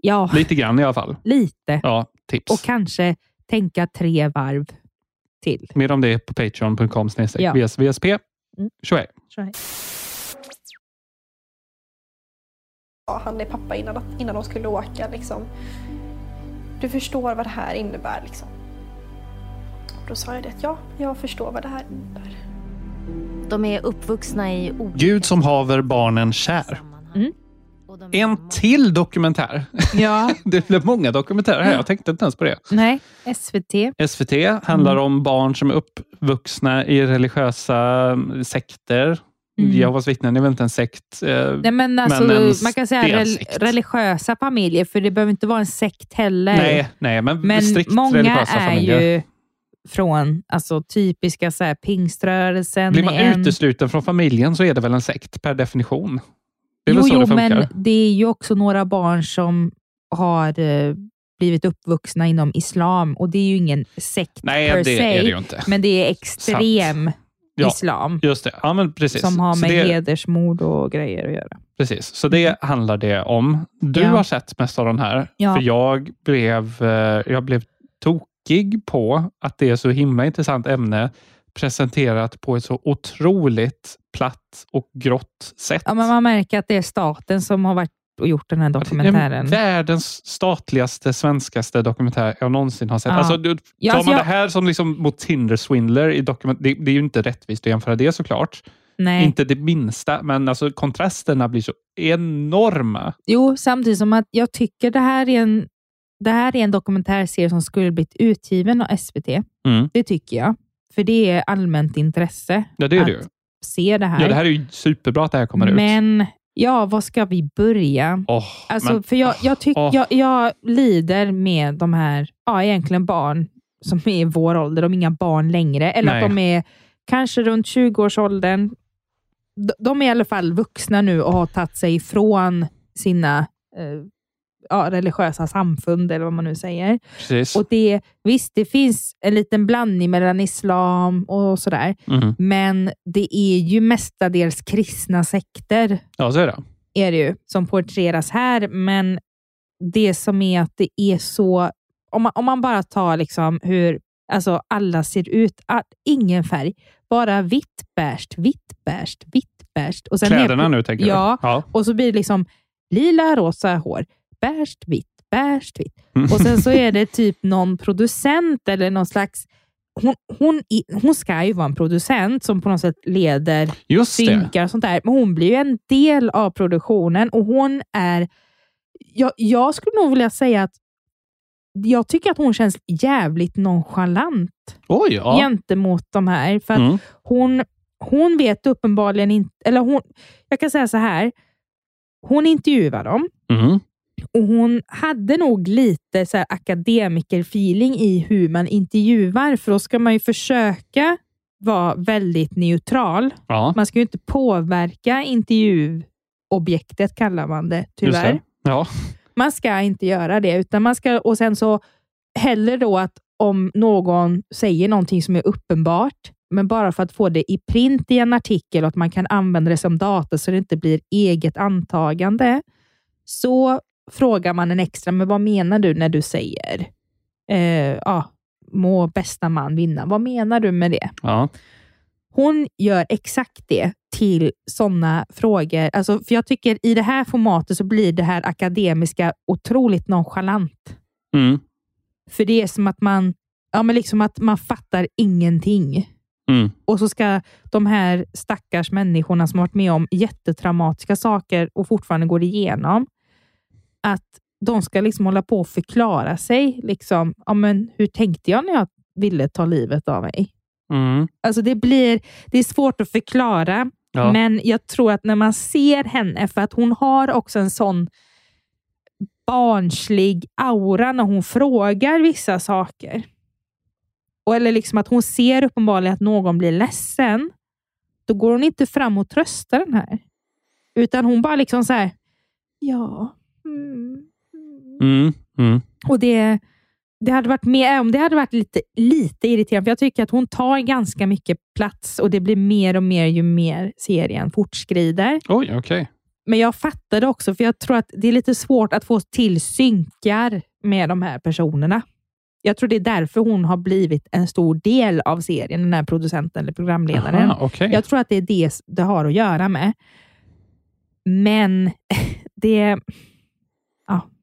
[SPEAKER 3] Ja,
[SPEAKER 2] Lite grann i alla fall.
[SPEAKER 3] lite.
[SPEAKER 2] Ja, tips.
[SPEAKER 3] Och kanske tänka tre varv till.
[SPEAKER 2] Mer om det på patreon.com
[SPEAKER 3] Ja.
[SPEAKER 2] snedstreck vsvsp.
[SPEAKER 3] Mm.
[SPEAKER 2] Tjohej.
[SPEAKER 3] Så här.
[SPEAKER 10] var han är pappa innan, innan de skulle åka. Liksom. Du förstår vad det här innebär. Liksom. Då sa jag det att ja, jag förstår vad det här innebär.
[SPEAKER 9] De är uppvuxna i olika
[SPEAKER 2] Gud som haver barnen kär.
[SPEAKER 9] sammanhang.
[SPEAKER 3] Mm.
[SPEAKER 9] Och de är
[SPEAKER 2] En
[SPEAKER 9] många.
[SPEAKER 2] till dokumentär.
[SPEAKER 3] Ja,
[SPEAKER 2] *laughs* Det blev många dokumentärer här. Jag tänkte inte ens på det.
[SPEAKER 3] nej. SVT.
[SPEAKER 2] SVT handlar
[SPEAKER 3] Mm.
[SPEAKER 2] om barn som är uppvuxna i religiösa sekter.
[SPEAKER 3] Mm.
[SPEAKER 2] Jehovas vittnen är väl inte en sekt? eh,
[SPEAKER 3] Nej, men alltså,
[SPEAKER 2] Men en
[SPEAKER 3] man kan säga rel-
[SPEAKER 2] stensekt.
[SPEAKER 3] religiösa familjer, för det behöver inte vara en sekt heller.
[SPEAKER 2] nej, nej, men,
[SPEAKER 3] men
[SPEAKER 2] strikt
[SPEAKER 3] många
[SPEAKER 2] religiösa
[SPEAKER 3] är
[SPEAKER 2] familjer.
[SPEAKER 3] ju från alltså, typiska så här, pingströrelsen.
[SPEAKER 2] Blir man
[SPEAKER 3] är en-
[SPEAKER 2] utesluten från familjen så är det väl en sekt per definition? Det är
[SPEAKER 3] jo,
[SPEAKER 2] väl så
[SPEAKER 3] jo
[SPEAKER 2] det funkar?
[SPEAKER 3] men det är ju också några barn som har eh, blivit uppvuxna inom islam och det är ju ingen sekt
[SPEAKER 2] Nej,
[SPEAKER 3] per
[SPEAKER 2] det
[SPEAKER 3] se,
[SPEAKER 2] är det ju inte.
[SPEAKER 3] men det är extrem
[SPEAKER 2] Ja,
[SPEAKER 3] islam
[SPEAKER 2] Just det. Ja, men precis.
[SPEAKER 3] som har
[SPEAKER 2] Så
[SPEAKER 3] med
[SPEAKER 2] det,
[SPEAKER 3] hedersmord och grejer att göra.
[SPEAKER 2] precis. Så det handlar det om. Du
[SPEAKER 3] Mm. Ja.
[SPEAKER 2] har sett mest av den här.
[SPEAKER 3] Ja.
[SPEAKER 2] För jag blev, eh, jag blev tokig på att det är så himla intressant ämne presenterat på ett så otroligt platt och grått sätt.
[SPEAKER 3] Ja, men man märker att det är staten som har varit och gjort den här dokumentären.
[SPEAKER 2] Det är Världens statligaste, svenskaste dokumentär jag någonsin har sett.
[SPEAKER 3] Ja.
[SPEAKER 2] Alltså, du, tar
[SPEAKER 3] Ja, alltså
[SPEAKER 2] man
[SPEAKER 3] jag-
[SPEAKER 2] det här som liksom mot Tinder Swindler, i dokument, det, det är ju inte rättvist att jämföra det såklart.
[SPEAKER 3] Nej.
[SPEAKER 2] Inte det minsta, men alltså, kontrasterna blir så enorma.
[SPEAKER 3] Jo, samtidigt som att jag tycker det här är en, det här är en dokumentärserie som skulle blivit utgiven av SVT.
[SPEAKER 2] Mm.
[SPEAKER 3] Det tycker jag. För det är allmänt intresse
[SPEAKER 2] Ja, det är det ju.
[SPEAKER 3] att se det här.
[SPEAKER 2] Ja, det här är ju superbra att det här kommer ut.
[SPEAKER 3] men ja, var ska vi börja?
[SPEAKER 2] Åh,
[SPEAKER 3] Alltså,
[SPEAKER 2] men-
[SPEAKER 3] för jag, jag, tyck,
[SPEAKER 2] åh.
[SPEAKER 3] jag, jag lider med de här, ja, egentligen barn som är i vår ålder. De är inga barn längre. Eller att
[SPEAKER 2] Nej.
[SPEAKER 3] de är kanske runt 20-årsåldern. De, de är i alla fall vuxna nu och har tagit sig ifrån sina eh, ja, religiösa samfund, eller vad man nu säger.
[SPEAKER 2] Precis.
[SPEAKER 3] Och det, Visst, det finns en liten blandning mellan islam och sådär,
[SPEAKER 2] Mm.
[SPEAKER 3] men det är ju mestadels kristna sekter
[SPEAKER 2] Ja, så är det.
[SPEAKER 3] är det ju, som porträtteras här, men det som är att det är så... Om man, om man bara tar liksom hur alltså alla ser ut, att ingen färg, bara vitt, bärst, vitt, bärst, vitt, bärst. Och sen helt
[SPEAKER 2] Kläderna nu, tänker
[SPEAKER 3] Ja.
[SPEAKER 2] du? Ja.
[SPEAKER 3] och så blir det liksom lila, rosa hår, beige, vitt, beige, vitt.
[SPEAKER 2] Mm.
[SPEAKER 3] Och sen
[SPEAKER 2] *laughs*
[SPEAKER 3] så är det typ någon producent eller någon slags... Hon, hon, i- hon ska ju vara en producent som på något sätt leder
[SPEAKER 2] Just det.
[SPEAKER 3] synkar och sånt där, men hon blir ju en del av produktionen och hon är... Jag, jag skulle nog vilja säga att jag tycker att hon känns jävligt nonchalant
[SPEAKER 2] Oj, ja.
[SPEAKER 3] gentemot de här. För att
[SPEAKER 2] Mm.
[SPEAKER 3] hon, hon vet uppenbarligen inte... Eller hon, jag kan säga så här. Hon intervjuar dem
[SPEAKER 2] Mm.
[SPEAKER 3] och hon hade nog lite så här akademiker-feeling i hur man intervjuar, för då ska man ju försöka vara väldigt neutral.
[SPEAKER 2] Ja.
[SPEAKER 3] Man ska ju inte påverka intervjuobjektet, kallar man det
[SPEAKER 2] Just
[SPEAKER 3] tyvärr.
[SPEAKER 2] det. Ja.
[SPEAKER 3] Man ska inte göra det, utan man ska, och sen så hellre då att om någon säger någonting som är uppenbart, men bara för att få det i print i en artikel och att man kan använda det som data så det inte blir eget antagande, så frågar man en extra, men vad menar du när du säger eh, ja, må bästa man vinna? Vad menar du med det?
[SPEAKER 2] Ja.
[SPEAKER 3] Hon gör exakt det till sådana frågor. Alltså, för jag tycker i det här formatet så blir det här akademiska otroligt nonchalant.
[SPEAKER 2] Mm.
[SPEAKER 3] För det är som att man, ja, men liksom att man fattar ingenting.
[SPEAKER 2] Mm.
[SPEAKER 3] Och så ska de här stackars människorna som har varit med om jättetraumatiska saker och fortfarande går igenom, att de ska liksom hålla på och förklara sig. Liksom, ja, men hur tänkte jag när jag ville ta livet av mig?
[SPEAKER 2] Mm.
[SPEAKER 3] Alltså det, blir, det är svårt att förklara,
[SPEAKER 2] Ja.
[SPEAKER 3] men jag tror att när man ser henne, för att hon har också en sån barnslig aura när hon frågar vissa saker. Och, eller liksom att hon ser uppenbarligen att någon blir ledsen. Då går hon inte fram och tröstar den här. Utan hon bara liksom så här, ja. Mm.
[SPEAKER 2] Mm. Mm.
[SPEAKER 3] Och det, det hade varit mer, om det hade varit lite, lite irriterande, för jag tycker att hon tar ganska mycket plats och det blir mer och mer ju mer serien fortskrider.
[SPEAKER 2] Oj, okej.
[SPEAKER 3] Men jag fattade också, för jag tror att det är lite svårt att få till synkar med de här personerna. Jag tror det är därför hon har blivit en stor del av serien, den här producenten eller programledaren.
[SPEAKER 2] Aha, okej.
[SPEAKER 3] Jag tror att det är det det har att göra med. Men *laughs* det...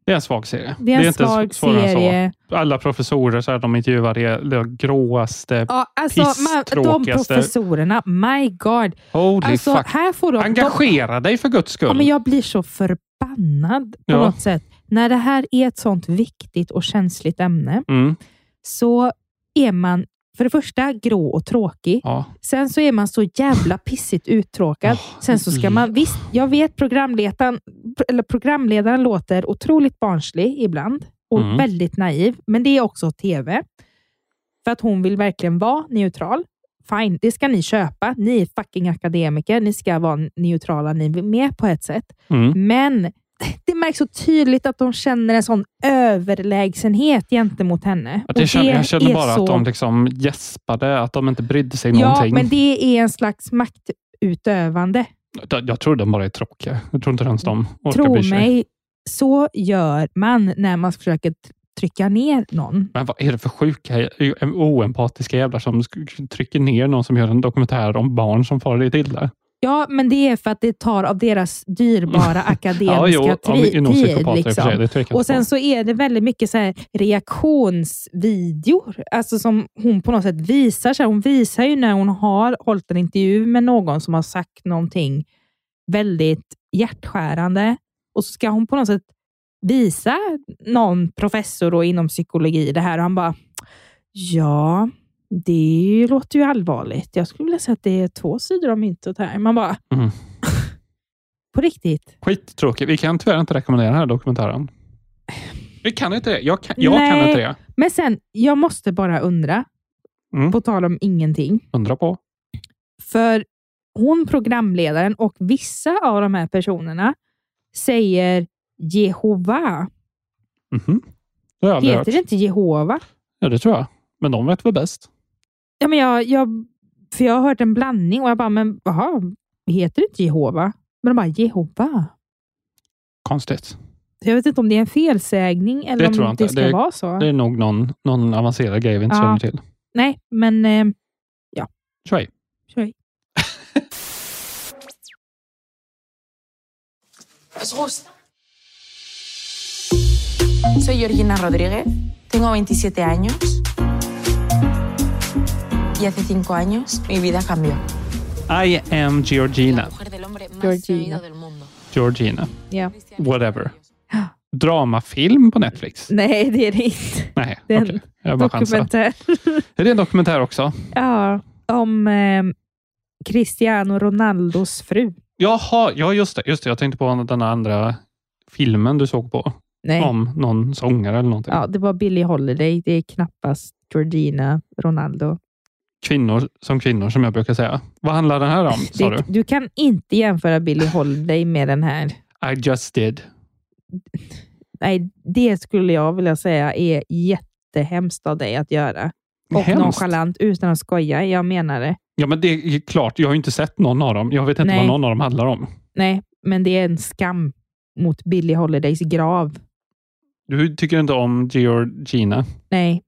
[SPEAKER 2] Det är en svag serie.
[SPEAKER 3] Det är en
[SPEAKER 2] inte
[SPEAKER 3] svag
[SPEAKER 2] svårare än så.
[SPEAKER 3] serie.
[SPEAKER 2] Alla professorer så här, de intervjuar det, det gråaste,
[SPEAKER 3] Ja, alltså, man, de
[SPEAKER 2] pisstråkigaste.
[SPEAKER 3] professorerna, my god.
[SPEAKER 2] Holy
[SPEAKER 3] Alltså,
[SPEAKER 2] fuck.
[SPEAKER 3] här får de,
[SPEAKER 2] Engagera dig för guds
[SPEAKER 3] de,
[SPEAKER 2] skull.
[SPEAKER 3] ja, men Jag blir så förbannad på
[SPEAKER 2] Ja.
[SPEAKER 3] något sätt. När det här är ett sånt viktigt och känsligt ämne
[SPEAKER 2] Mm.
[SPEAKER 3] så är man för det första grå och tråkig.
[SPEAKER 2] Ja.
[SPEAKER 3] Sen så är man så jävla pissigt uttråkad. Sen så ska man... Visst, jag vet programledaren, eller programledaren låter otroligt barnslig ibland och
[SPEAKER 11] Mm.
[SPEAKER 3] väldigt naiv, men det är också TV. För att hon vill verkligen vara neutral. Fine, det ska ni köpa. Ni är fucking akademiker. Ni ska vara neutrala ni är med på ett sätt.
[SPEAKER 2] Mm.
[SPEAKER 3] Men *laughs* det märks så tydligt att de känner en sån överlägsenhet gentemot henne.
[SPEAKER 2] Att jag,
[SPEAKER 3] Och
[SPEAKER 2] känner, jag känner
[SPEAKER 3] är
[SPEAKER 2] bara
[SPEAKER 3] så-
[SPEAKER 2] att de liksom gäspade, att de inte brydde sig
[SPEAKER 3] Ja,
[SPEAKER 2] någonting.
[SPEAKER 3] men det är en slags maktutövande.
[SPEAKER 2] Jag- Jag tror de bara är tråkiga. Jag tror inte ens de orkar bry
[SPEAKER 3] Tro
[SPEAKER 2] sig.
[SPEAKER 3] mig, så gör man när man försöker t- trycka ner någon.
[SPEAKER 2] Men vad är det för sjuka, oempatiska jävlar som sk- trycker ner någon som gör en dokumentär om barn som far lite illa?
[SPEAKER 3] Ja, men det är för att det tar av deras dyrbara
[SPEAKER 2] *laughs*
[SPEAKER 3] akademiska
[SPEAKER 2] Ja, jo, ja, men
[SPEAKER 3] tri-
[SPEAKER 2] inom
[SPEAKER 3] tid.
[SPEAKER 2] psykopater i och för sig, det
[SPEAKER 3] Liksom.
[SPEAKER 2] tvekar jag
[SPEAKER 3] Och sen
[SPEAKER 2] inte
[SPEAKER 3] så är det väldigt mycket så här reaktionsvideor, alltså som hon på något sätt visar. Så här, hon visar ju när hon har hållit en intervju med någon som har sagt någonting väldigt hjärtskärande och så ska hon på något sätt visa någon professor då inom psykologi det här och han bara, ja, det låter ju allvarligt. Jag skulle vilja säga att det är två sidor av myntet här. Man bara,
[SPEAKER 2] Mm.
[SPEAKER 3] *laughs* på riktigt?
[SPEAKER 2] Skittråkigt. Vi kan tyvärr inte rekommendera den här dokumentären. Vi kan inte det. Jag kan, jag kan
[SPEAKER 3] Nej.
[SPEAKER 2] inte det.
[SPEAKER 3] Men sen, jag måste bara undra,
[SPEAKER 2] Mm.
[SPEAKER 3] på tal om ingenting.
[SPEAKER 2] Undra på.
[SPEAKER 3] För hon, programledaren och vissa av de här personerna säger Jehova.
[SPEAKER 2] Mhm. Det har jag aldrig hört.
[SPEAKER 3] Heter det inte Jehova?
[SPEAKER 2] Ja, det tror jag. Men de vet väl bäst.
[SPEAKER 3] Ja, men jag, jag, för jag har hört en blandning och jag bara, men aha, heter det inte Jehova? Men de bara, Jehova.
[SPEAKER 2] Konstigt.
[SPEAKER 3] Så jag vet inte om det är en felsägning eller
[SPEAKER 2] det tror jag
[SPEAKER 3] om
[SPEAKER 2] inte.
[SPEAKER 3] det ska
[SPEAKER 2] är-
[SPEAKER 3] vara så.
[SPEAKER 2] det är nog någon, någon avancerad grej vi inte
[SPEAKER 3] Ja.
[SPEAKER 2] känner till.
[SPEAKER 3] Nej, men eh, ja.
[SPEAKER 2] Tjoej.
[SPEAKER 3] Tjoej.
[SPEAKER 12] Pues gusta. Soy Georgina Rodríguez, tengo 27 años y hace 5 años mi vida cambió.
[SPEAKER 2] I am Georgina.
[SPEAKER 3] Georgina.
[SPEAKER 2] Georgina.
[SPEAKER 3] Ja.
[SPEAKER 2] Whatever. dramafilm på Netflix?
[SPEAKER 3] Nej, det är det inte.
[SPEAKER 2] Nej,
[SPEAKER 3] Det är
[SPEAKER 2] okej.
[SPEAKER 3] en
[SPEAKER 2] Jag bara chansar.
[SPEAKER 3] dokumentär.
[SPEAKER 2] Är det en dokumentär också?
[SPEAKER 3] ja, om eh, Cristiano Ronaldos fru.
[SPEAKER 2] Jaha, ja just det, just det. Jag tänkte på den andra filmen du såg på.
[SPEAKER 3] Nej.
[SPEAKER 2] Om någon sångare eller någonting.
[SPEAKER 3] Ja, det var Billie Holiday. Det är knappast Georgina Ronaldo.
[SPEAKER 2] Kvinnor som kvinnor, som jag brukar säga. Vad handlar den här om, sa
[SPEAKER 3] *laughs* Det-
[SPEAKER 2] du?
[SPEAKER 3] du kan inte jämföra Billie Holiday med den här.
[SPEAKER 2] I just did.
[SPEAKER 3] Nej, det skulle jag vilja säga är jättehemskt av dig att göra. Och
[SPEAKER 2] Hemskt?
[SPEAKER 3] nonchalant, utan att skoja. Jag menar det.
[SPEAKER 2] Ja, men det är klart. Jag har ju inte sett någon av dem. Jag vet inte
[SPEAKER 3] Nej.
[SPEAKER 2] vad någon av dem handlar om.
[SPEAKER 3] Nej, men det är en skam mot Billie Holidays grav.
[SPEAKER 2] Du tycker inte om Georgina.
[SPEAKER 3] Nej.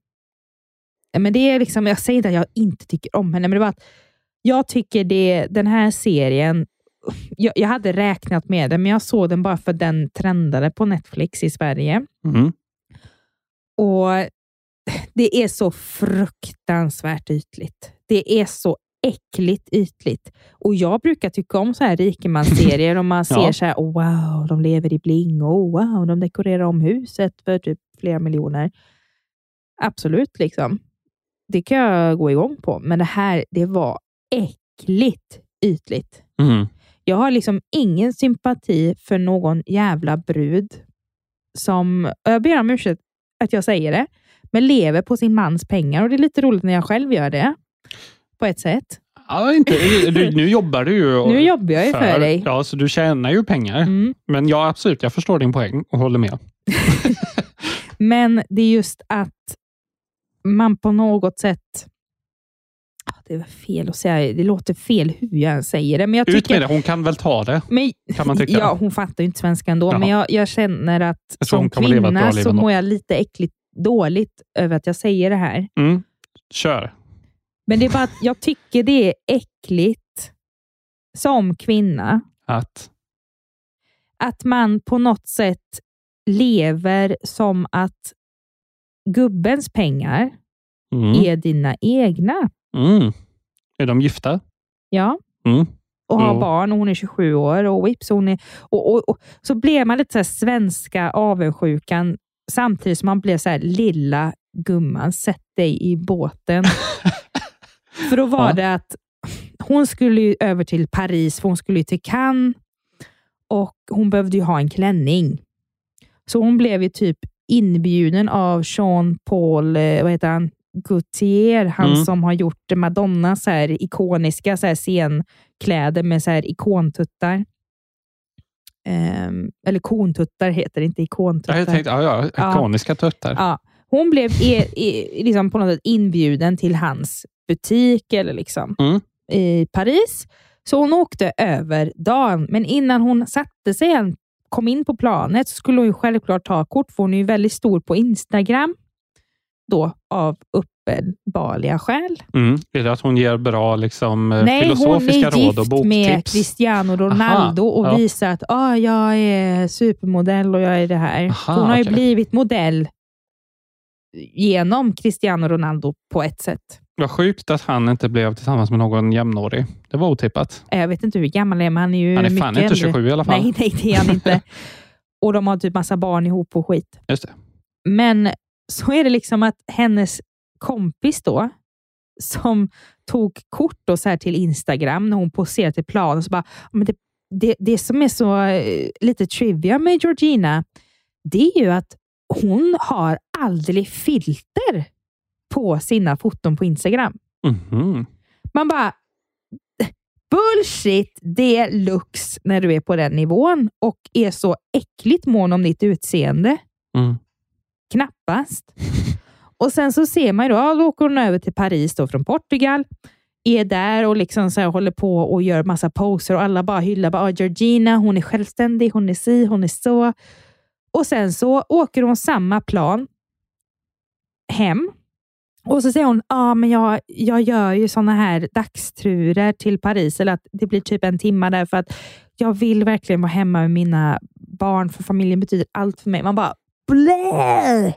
[SPEAKER 3] Men det är liksom, jag säger inte att jag inte tycker om henne, men det var att jag tycker det, den här serien, jag, jag hade räknat med den, men jag såg den bara för att den trendade på Netflix i Sverige.
[SPEAKER 2] Mm.
[SPEAKER 3] Och Det är så fruktansvärt ytligt. Det är så äckligt ytligt. Och Jag brukar tycka om så här rikemansserier och man ser
[SPEAKER 11] Ja.
[SPEAKER 3] så här, oh, wow, de lever i bling och oh, wow, de dekorerar om huset för typ flera miljoner. Absolut, liksom. det kan jag gå igång på, men det här det var äckligt ytligt.
[SPEAKER 2] Mm.
[SPEAKER 3] Jag har liksom ingen sympati för någon jävla brud som, och jag ber om ursäkt att jag säger det, men lever på sin mans pengar. Och Det är lite roligt när jag själv gör det, på ett sätt.
[SPEAKER 2] Ja,
[SPEAKER 3] *laughs*
[SPEAKER 2] inte. Du, nu jobbar du ju.
[SPEAKER 3] Nu jobbar jag ju för dig. Mm.
[SPEAKER 2] Ja, så du tjänar ju pengar. Men ja, absolut. Jag förstår din poäng och håller med.
[SPEAKER 3] Men det är just att man på något sätt... Ah, Det är väl fel att säga, det låter fel hur jag än säger det. Men jag
[SPEAKER 2] Ut
[SPEAKER 3] tycker,
[SPEAKER 2] med det. Hon kan väl ta det,
[SPEAKER 3] Men,
[SPEAKER 2] kan man tycka.
[SPEAKER 3] Ja, hon fattar ju inte svenska ändå,
[SPEAKER 2] Jaha.
[SPEAKER 3] men jag, jag känner att
[SPEAKER 2] Så hon
[SPEAKER 3] som
[SPEAKER 2] kommer leva ett bra
[SPEAKER 3] kvinna
[SPEAKER 2] liv
[SPEAKER 3] så
[SPEAKER 2] ändå.
[SPEAKER 3] mår jag lite äckligt dåligt över att jag säger det här.
[SPEAKER 2] Mm. Kör.
[SPEAKER 3] Men det är bara att jag tycker det är äckligt som kvinna
[SPEAKER 2] Att.
[SPEAKER 3] att man på något sätt lever som att gubbens pengar
[SPEAKER 2] Mm.
[SPEAKER 3] är dina egna.
[SPEAKER 2] Mm. Är de gifta?
[SPEAKER 3] Ja.
[SPEAKER 2] Mm.
[SPEAKER 3] och har
[SPEAKER 2] Jo.
[SPEAKER 3] barn och hon är 27 år och vips, hon är... Och, och, och, så blev man lite så här svenska avundsjukan samtidigt som man blev så här lilla gumman, sätt dig
[SPEAKER 11] *laughs*
[SPEAKER 3] i båten. för då var
[SPEAKER 11] Ja.
[SPEAKER 3] det att hon skulle ju över till Paris, för hon skulle ju till Cannes och hon behövde ju ha en klänning. Så hon blev ju typ inbjuden av Jean Paul, eh, vad heter han? Gaultier, han
[SPEAKER 11] Mm.
[SPEAKER 3] som har gjort Madonnas så här ikoniska så här scenkläder med så här ikontuttar. Ehm, eller kontuttar heter det, inte
[SPEAKER 2] Ja,
[SPEAKER 3] ikontuttar.
[SPEAKER 2] jag tänkte, ja, ja,
[SPEAKER 3] Ja.
[SPEAKER 2] ikoniska tuttar.
[SPEAKER 3] Ja. Hon blev e, e, liksom på något sätt inbjuden till hans butik eller liksom,
[SPEAKER 2] Mm.
[SPEAKER 3] i Paris. Så hon åkte över dagen, men innan hon satte sig igen, kom in på planet så skulle hon ju självklart ta kort, för hon är ju väldigt stor på Instagram då av uppenbarliga skäl.
[SPEAKER 2] Mm. Är det att hon ger bra liksom, eh,
[SPEAKER 3] Nej, hon
[SPEAKER 2] filosofiska
[SPEAKER 3] är
[SPEAKER 2] råd
[SPEAKER 3] gift
[SPEAKER 2] och
[SPEAKER 3] med
[SPEAKER 2] boktips?
[SPEAKER 3] Cristiano Ronaldo
[SPEAKER 2] Aha,
[SPEAKER 3] och
[SPEAKER 2] ja.
[SPEAKER 3] visar att ah, jag är supermodell och jag är det här. Så
[SPEAKER 2] Aha,
[SPEAKER 3] hon har ju
[SPEAKER 2] okej.
[SPEAKER 3] blivit modell genom Cristiano Ronaldo på ett sätt.
[SPEAKER 2] Vad sjukt att han inte blev tillsammans med någon jämnårig. Det var otippat.
[SPEAKER 3] Eh, Jag vet inte hur gammal han är, men han är ju
[SPEAKER 2] Han är fan
[SPEAKER 3] mycket
[SPEAKER 2] inte 27 i alla fall.
[SPEAKER 3] Nej, nej, det är han
[SPEAKER 2] *laughs*
[SPEAKER 3] inte. och de har typ massa barn ihop och skit.
[SPEAKER 2] Just det.
[SPEAKER 3] Men så är det liksom att hennes kompis då, som tog kort då så här till Instagram när hon poserade till plan, så bara, men det, det, det som är så eh, lite trivia med Georgina, det är ju att hon har aldrig filter på sina foton på Instagram.
[SPEAKER 2] Mhm.
[SPEAKER 3] Man bara, bullshit deluxe när du är på den nivån och är så äckligt mån om ditt utseende.
[SPEAKER 2] Mm.
[SPEAKER 3] Knappast. Och sen så ser man ju då, ja, då åker hon över till Paris då från Portugal, är där och liksom så här håller på och gör massa poser och alla bara hyllar bara, ah, Georgina, hon är självständig, hon är si, hon är så. Och sen så åker hon samma plan hem och så säger hon, ja men jag, jag gör ju såna här dagsturer till Paris, eller att det blir typ en timma där för att jag vill verkligen vara hemma med mina barn, för familjen betyder allt för mig. Man bara, blä!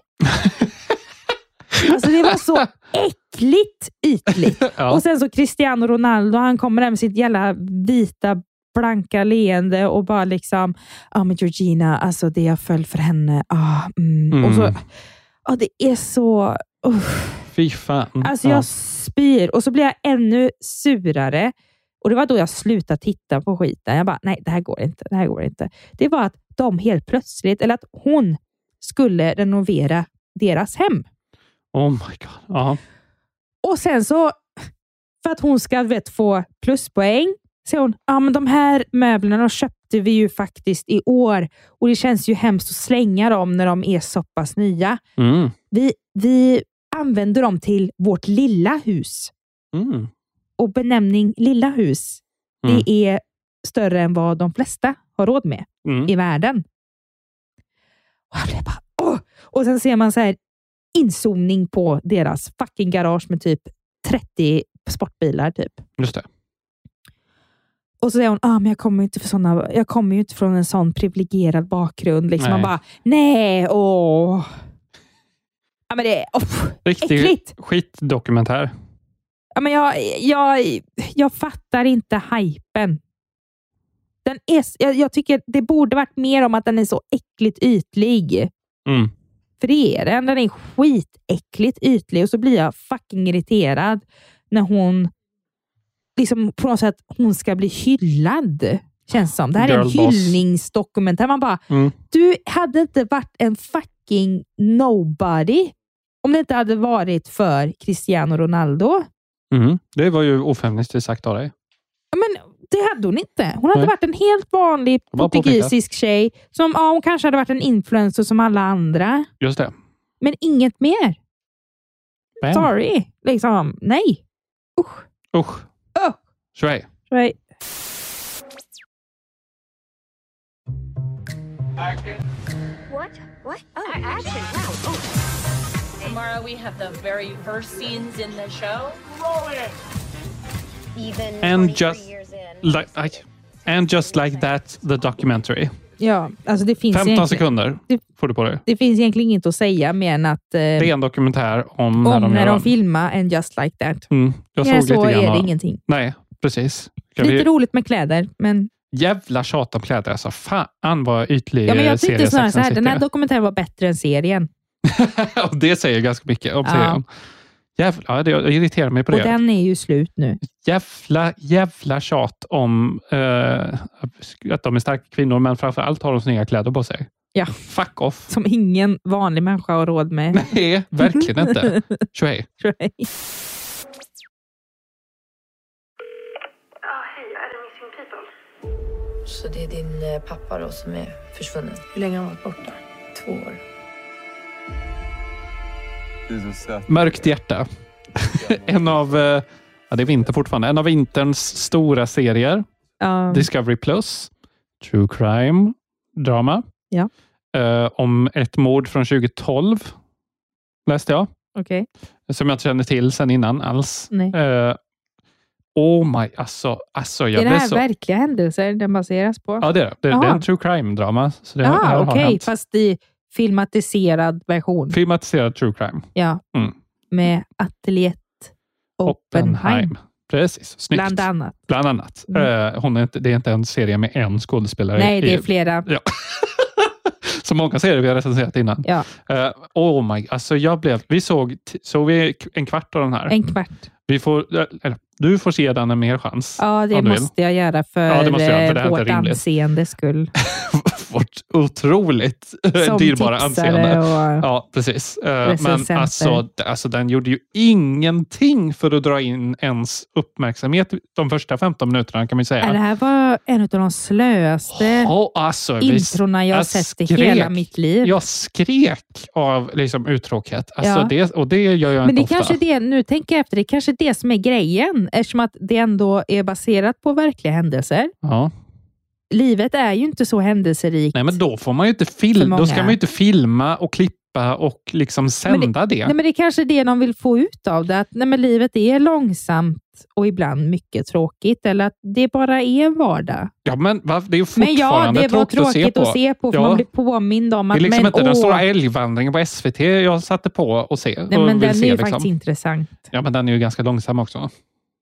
[SPEAKER 3] alltså det var så äckligt ytligt.
[SPEAKER 2] Ja.
[SPEAKER 3] Och sen så Cristiano Ronaldo, han kommer där med sitt jävla vita blanka leende och bara liksom, ja ah, men Georgina, alltså det jag föll för henne. Ah, mm.
[SPEAKER 11] Mm.
[SPEAKER 3] Och så, ah, det är så... uff.
[SPEAKER 2] Fy fan.
[SPEAKER 3] Alltså
[SPEAKER 2] Ja.
[SPEAKER 3] jag spyr och så blir jag ännu surare. Och Det var då jag slutade titta på skiten. Jag bara, nej, det här går inte. Det här går inte. Det var att de helt plötsligt, eller att hon skulle renovera deras hem.
[SPEAKER 2] Oh my god. Ja.
[SPEAKER 3] Och sen så, för att hon ska du vet, få pluspoäng, säger hon, ja men de här möblerna köpte vi ju faktiskt i år och det känns ju hemskt att slänga dem när de är så pass nya.
[SPEAKER 2] Mm.
[SPEAKER 3] Vi, vi använder dem till vårt lilla hus.
[SPEAKER 2] Mm.
[SPEAKER 3] Och benämning lilla hus,
[SPEAKER 2] Mm.
[SPEAKER 3] det är större än vad de flesta har råd med
[SPEAKER 2] Mm.
[SPEAKER 3] i världen. Och sen ser man så här inzoomning på deras fucking garage med typ 30 sportbilar. typ.
[SPEAKER 2] Just det.
[SPEAKER 3] Och så säger hon, ah, men jag kommer ju inte, för såna, jag kommer ju inte från en sån privilegierad bakgrund. Liksom. Man
[SPEAKER 2] Nej.
[SPEAKER 3] bara, nej, åh. Ja, men det, oh,
[SPEAKER 2] Riktig
[SPEAKER 3] äckligt.
[SPEAKER 2] skitdokumentär.
[SPEAKER 3] Ja, men jag, jag, jag fattar inte hypen. Den är, s- jag, jag tycker det borde varit mer om att den är så äckligt ytlig.
[SPEAKER 2] Mm.
[SPEAKER 3] För det är den. Den är skitäckligt ytlig och så blir jag fucking irriterad när hon liksom på något sätt hon ska bli hyllad. Känns som. Det här är en
[SPEAKER 2] Girl boss.
[SPEAKER 3] hyllningsdokumentär. Man bara,
[SPEAKER 2] Mm.
[SPEAKER 3] du hade inte varit en fucking nobody om det inte hade varit för Cristiano Ronaldo.
[SPEAKER 2] Mm. Det var ju ofeministiskt sagt av dig.
[SPEAKER 3] Ja, Men det hade hon inte. Hon hade
[SPEAKER 2] Nej.
[SPEAKER 3] varit en helt vanlig
[SPEAKER 2] Jag bara påpekar.
[SPEAKER 3] portugisisk tjej. Som, ja, hon kanske hade varit en influencer som alla andra,
[SPEAKER 2] Just det.
[SPEAKER 3] men inget mer.
[SPEAKER 2] Bam.
[SPEAKER 3] Sorry. Liksom, nej.
[SPEAKER 2] Usch. Shrey.
[SPEAKER 3] Right.
[SPEAKER 13] What? What? Oh, action. Wow.
[SPEAKER 14] Tomorrow we have the very first scenes in the show. Roll it! Even
[SPEAKER 2] And just, like, aj. and just like that, the documentary.
[SPEAKER 3] Ja, alltså det finns
[SPEAKER 2] 15
[SPEAKER 3] egentligen-
[SPEAKER 2] sekunder får du på dig.
[SPEAKER 3] Det finns egentligen inget att säga mer än att
[SPEAKER 2] Det
[SPEAKER 3] eh,
[SPEAKER 2] är en dokumentär om när
[SPEAKER 3] om
[SPEAKER 2] de
[SPEAKER 3] när
[SPEAKER 2] gör
[SPEAKER 3] de
[SPEAKER 2] den.
[SPEAKER 3] filmar en Just Like That.
[SPEAKER 2] Mm, jag
[SPEAKER 3] Mer
[SPEAKER 2] såg
[SPEAKER 3] så
[SPEAKER 2] lite grann
[SPEAKER 3] är det
[SPEAKER 2] av-
[SPEAKER 3] ingenting.
[SPEAKER 2] Nej, precis. Ska
[SPEAKER 3] Lite
[SPEAKER 2] vi-
[SPEAKER 3] roligt med kläder, men,
[SPEAKER 2] Jävla tjat om kläder. Alltså, fan vad ytlig
[SPEAKER 3] ja, men jag
[SPEAKER 2] serie
[SPEAKER 3] tyckte snarare så
[SPEAKER 2] Sex
[SPEAKER 3] här,
[SPEAKER 2] and
[SPEAKER 3] den här
[SPEAKER 2] City
[SPEAKER 3] dokumentären var bättre än serien.
[SPEAKER 2] är. *laughs* Och Det säger ganska mycket om
[SPEAKER 3] Ja.
[SPEAKER 2] serien. Jävla, ja, det, jag irriterar mig på
[SPEAKER 3] Och
[SPEAKER 2] det.
[SPEAKER 3] den är ju slut nu.
[SPEAKER 2] Jävla, jävla tjat om eh, att de är starka kvinnor, men framför allt har de snygga kläder på sig.
[SPEAKER 3] Ja.
[SPEAKER 2] Fuck off.
[SPEAKER 3] Som ingen vanlig människa har råd med. *laughs*
[SPEAKER 2] Nej, verkligen inte. Tjohej.
[SPEAKER 3] Tjohej.
[SPEAKER 15] Så det är din eh, pappa då som är försvunnen? Hur länge har han varit borta? Två år.
[SPEAKER 2] Mörkt hjärta. *laughs* en av, eh, ja det är vinter fortfarande, en av vinterns stora serier.
[SPEAKER 3] Ja.
[SPEAKER 2] Discovery Plus, true crime, drama.
[SPEAKER 3] Ja.
[SPEAKER 2] Eh, om ett mord från 2012, läste jag.
[SPEAKER 3] Okej.
[SPEAKER 2] Som jag inte känner till sen innan alls.
[SPEAKER 3] Nej.
[SPEAKER 2] Eh, oh my, alltså, alltså jag
[SPEAKER 3] är det
[SPEAKER 2] blev
[SPEAKER 3] här
[SPEAKER 2] så...
[SPEAKER 3] verkliga händelser den baseras på?
[SPEAKER 2] Ja, det är det. Det, det är
[SPEAKER 3] Jaha.
[SPEAKER 2] en true crime-drama. Så det
[SPEAKER 3] Ja,
[SPEAKER 2] har- här har
[SPEAKER 3] Ah, okej.
[SPEAKER 2] hänt.
[SPEAKER 3] Fast i filmatiserad version.
[SPEAKER 2] Filmatiserad true crime.
[SPEAKER 3] ja,
[SPEAKER 2] Mm.
[SPEAKER 3] med Ateliet Oppenheim.
[SPEAKER 2] Oppenheim. Precis, snyggt.
[SPEAKER 3] Bland annat.
[SPEAKER 2] Bland annat.
[SPEAKER 3] Mm.
[SPEAKER 2] Eh, hon är inte, det är inte en serie med en skådespelare.
[SPEAKER 3] Nej, det är
[SPEAKER 2] i-
[SPEAKER 3] flera.
[SPEAKER 2] Ja. Så många serier vi har recenserat innan.
[SPEAKER 3] Ja.
[SPEAKER 2] Eh, oh my, alltså jag blev, vi såg, t- såg vi k- en kvart av den här.
[SPEAKER 3] En kvart.
[SPEAKER 2] Vi får, eh, eller, du får se den en mer chans.
[SPEAKER 3] Ja, det
[SPEAKER 2] om du vill.
[SPEAKER 3] måste jag göra för,
[SPEAKER 2] Ja, det måste jag göra, för det här
[SPEAKER 3] eh,
[SPEAKER 2] är
[SPEAKER 3] vårt
[SPEAKER 2] inte rimligt. *laughs*
[SPEAKER 3] anseendes skull.
[SPEAKER 2] *laughs* Vårt otroligt eh,
[SPEAKER 3] Som
[SPEAKER 2] dyrbara
[SPEAKER 3] tipsare
[SPEAKER 2] anseende.
[SPEAKER 3] och
[SPEAKER 2] ja, precis. Eh,
[SPEAKER 3] recensenter.
[SPEAKER 2] Men alltså, d- alltså, den gjorde ju ingenting för att dra in ens uppmärksamhet de första 15 minuterna kan man ju säga.
[SPEAKER 3] Ja. Det här var en av de slöaste
[SPEAKER 2] Ja, alltså, vi-
[SPEAKER 3] introna jag sett i hela mitt liv.
[SPEAKER 2] Jag skrek av liksom, uttråkighet. Alltså,
[SPEAKER 3] Ja.
[SPEAKER 2] det, och det gör jag
[SPEAKER 3] Men det
[SPEAKER 2] inte ofta.
[SPEAKER 3] kanske är det, nu tänker jag efter, det kanske är det som är grejen, eftersom att det ändå är baserat på verkliga händelser.
[SPEAKER 2] Ja.
[SPEAKER 3] Livet är ju inte så händelserikt.
[SPEAKER 2] Nej, men då får man ju inte
[SPEAKER 3] För
[SPEAKER 2] filma.
[SPEAKER 3] många.
[SPEAKER 2] Då ska man ju inte filma och klippa och liksom
[SPEAKER 3] Men
[SPEAKER 2] sända det.
[SPEAKER 3] Nej, men det är kanske är det de vill få ut av det, att nej, men livet är långsamt och ibland mycket tråkigt, eller att det bara är vardag.
[SPEAKER 2] Ja, men va? det är ju
[SPEAKER 3] Men
[SPEAKER 2] fortfarande
[SPEAKER 3] ja, det var
[SPEAKER 2] tråkigt,
[SPEAKER 3] tråkigt att se på, för
[SPEAKER 2] ja.
[SPEAKER 3] man blir påmind om
[SPEAKER 2] det
[SPEAKER 3] att...
[SPEAKER 2] är liksom
[SPEAKER 3] men,
[SPEAKER 2] inte
[SPEAKER 3] åh,
[SPEAKER 2] den stora älgvandringen på SVT jag satte på och se.
[SPEAKER 3] Nej,
[SPEAKER 2] och
[SPEAKER 3] men
[SPEAKER 2] vill
[SPEAKER 3] den
[SPEAKER 2] se,
[SPEAKER 3] är ju
[SPEAKER 2] liksom.
[SPEAKER 3] faktiskt intressant.
[SPEAKER 2] Ja, men den är ju ganska långsam också.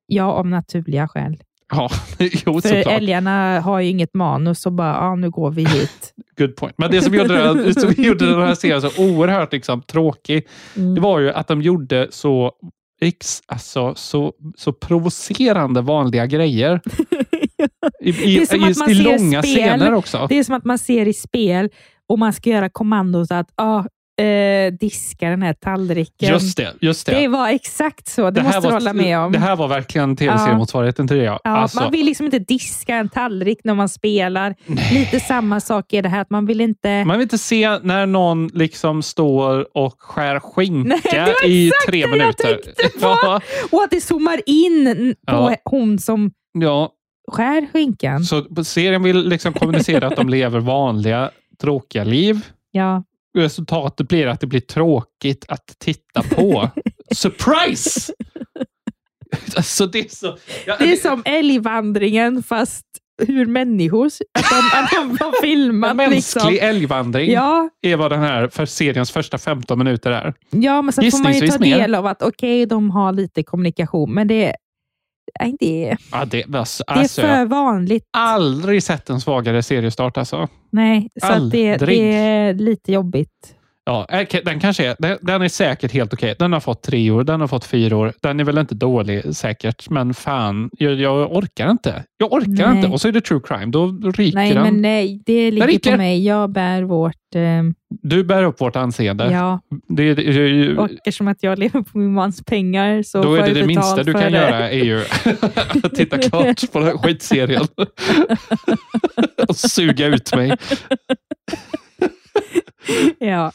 [SPEAKER 3] Ja, av naturliga skäl.
[SPEAKER 2] Ja, *laughs* jo,
[SPEAKER 3] För
[SPEAKER 2] såklart.
[SPEAKER 3] älgarna har ju inget manus och bara, ja, nu går
[SPEAKER 2] *laughs*
[SPEAKER 3] vi hit.
[SPEAKER 2] Good point. Men det som gjorde
[SPEAKER 3] *laughs*
[SPEAKER 2] den, som gjorde den här serien så oerhört liksom, tråkig,
[SPEAKER 3] Mm.
[SPEAKER 2] det var ju att de gjorde så, ex, alltså, så, så provocerande vanliga
[SPEAKER 3] *laughs*
[SPEAKER 2] grejer. I, i,
[SPEAKER 3] det är som
[SPEAKER 2] i,
[SPEAKER 3] att man
[SPEAKER 2] i
[SPEAKER 3] ser
[SPEAKER 2] långa
[SPEAKER 3] spel.
[SPEAKER 2] scener också.
[SPEAKER 3] Det är som att man ser i spel och man ska göra kommandot att ah, eh, diska den här tallriken.
[SPEAKER 2] Just det, just det.
[SPEAKER 3] Det var exakt så. Det, måste du
[SPEAKER 2] var,
[SPEAKER 3] hålla med om.
[SPEAKER 2] Det här var verkligen
[SPEAKER 3] Ja.
[SPEAKER 2] tv-seriemotsvarigheten till det. Ja.
[SPEAKER 3] Ja,
[SPEAKER 2] Alltså,
[SPEAKER 3] Man vill liksom inte diska en tallrik när man spelar. Lite samma sak är det här, att man vill inte...
[SPEAKER 2] Man vill inte se när någon liksom står och skär skinka
[SPEAKER 3] det var
[SPEAKER 2] i
[SPEAKER 3] exakt
[SPEAKER 2] tre
[SPEAKER 3] det jag
[SPEAKER 2] minuter.
[SPEAKER 3] tänkte på. Och att det zoomar in n- på
[SPEAKER 2] Ja.
[SPEAKER 3] hon som
[SPEAKER 2] Ja,
[SPEAKER 3] skär skinkan.
[SPEAKER 2] så serien vill liksom kommunicera att de lever vanliga, tråkiga liv.
[SPEAKER 3] Ja.
[SPEAKER 2] Resultatet blir att det blir tråkigt att titta
[SPEAKER 3] *laughs*
[SPEAKER 2] på. Surprise! Alltså det är så... Ja, alltså,
[SPEAKER 3] Det är som älgvandringen fast hur
[SPEAKER 2] *laughs*
[SPEAKER 3] människor... Att de, att de har filmat.
[SPEAKER 2] en mänsklig
[SPEAKER 3] liksom.
[SPEAKER 2] älgvandring
[SPEAKER 3] Ja.
[SPEAKER 2] är vad den här för seriens första 15 minuter är.
[SPEAKER 3] Ja, men sen får man ju ta
[SPEAKER 2] Gissningsvis mer.
[SPEAKER 3] del av att okej, de har lite kommunikation, men det, nej, det,
[SPEAKER 2] Ja, det, alltså,
[SPEAKER 3] det är för vanligt.
[SPEAKER 2] aldrig sett en svagare seriestart alltså.
[SPEAKER 3] Nej, så att det,
[SPEAKER 2] Aldrig.
[SPEAKER 3] det är lite jobbigt.
[SPEAKER 2] Ja, okej, den, kanske är, den- den är säkert helt okej. Den har fått tre år, den har fått fyra år. Den är väl inte dålig säkert, men fan, jag, jag orkar inte. Jag orkar
[SPEAKER 3] Nej.
[SPEAKER 2] inte. Och så är det true crime, då ryker
[SPEAKER 3] Nej,
[SPEAKER 2] den.
[SPEAKER 3] men nej, det ligger
[SPEAKER 2] ryker.
[SPEAKER 3] på mig. Jag bär vårt... ehm,
[SPEAKER 2] Du bär upp vårt anseende.
[SPEAKER 3] ja,
[SPEAKER 2] Det, det, det,
[SPEAKER 3] och eftersom att jag lever på min mans pengar så
[SPEAKER 2] då
[SPEAKER 3] får
[SPEAKER 2] är det
[SPEAKER 3] jag
[SPEAKER 2] det
[SPEAKER 3] betalt
[SPEAKER 2] minsta du
[SPEAKER 3] för
[SPEAKER 2] kan
[SPEAKER 3] det.
[SPEAKER 2] göra är ju att titta klart på den här
[SPEAKER 3] *laughs*
[SPEAKER 2] skitserien. och suga ut mig.
[SPEAKER 3] *laughs* ja.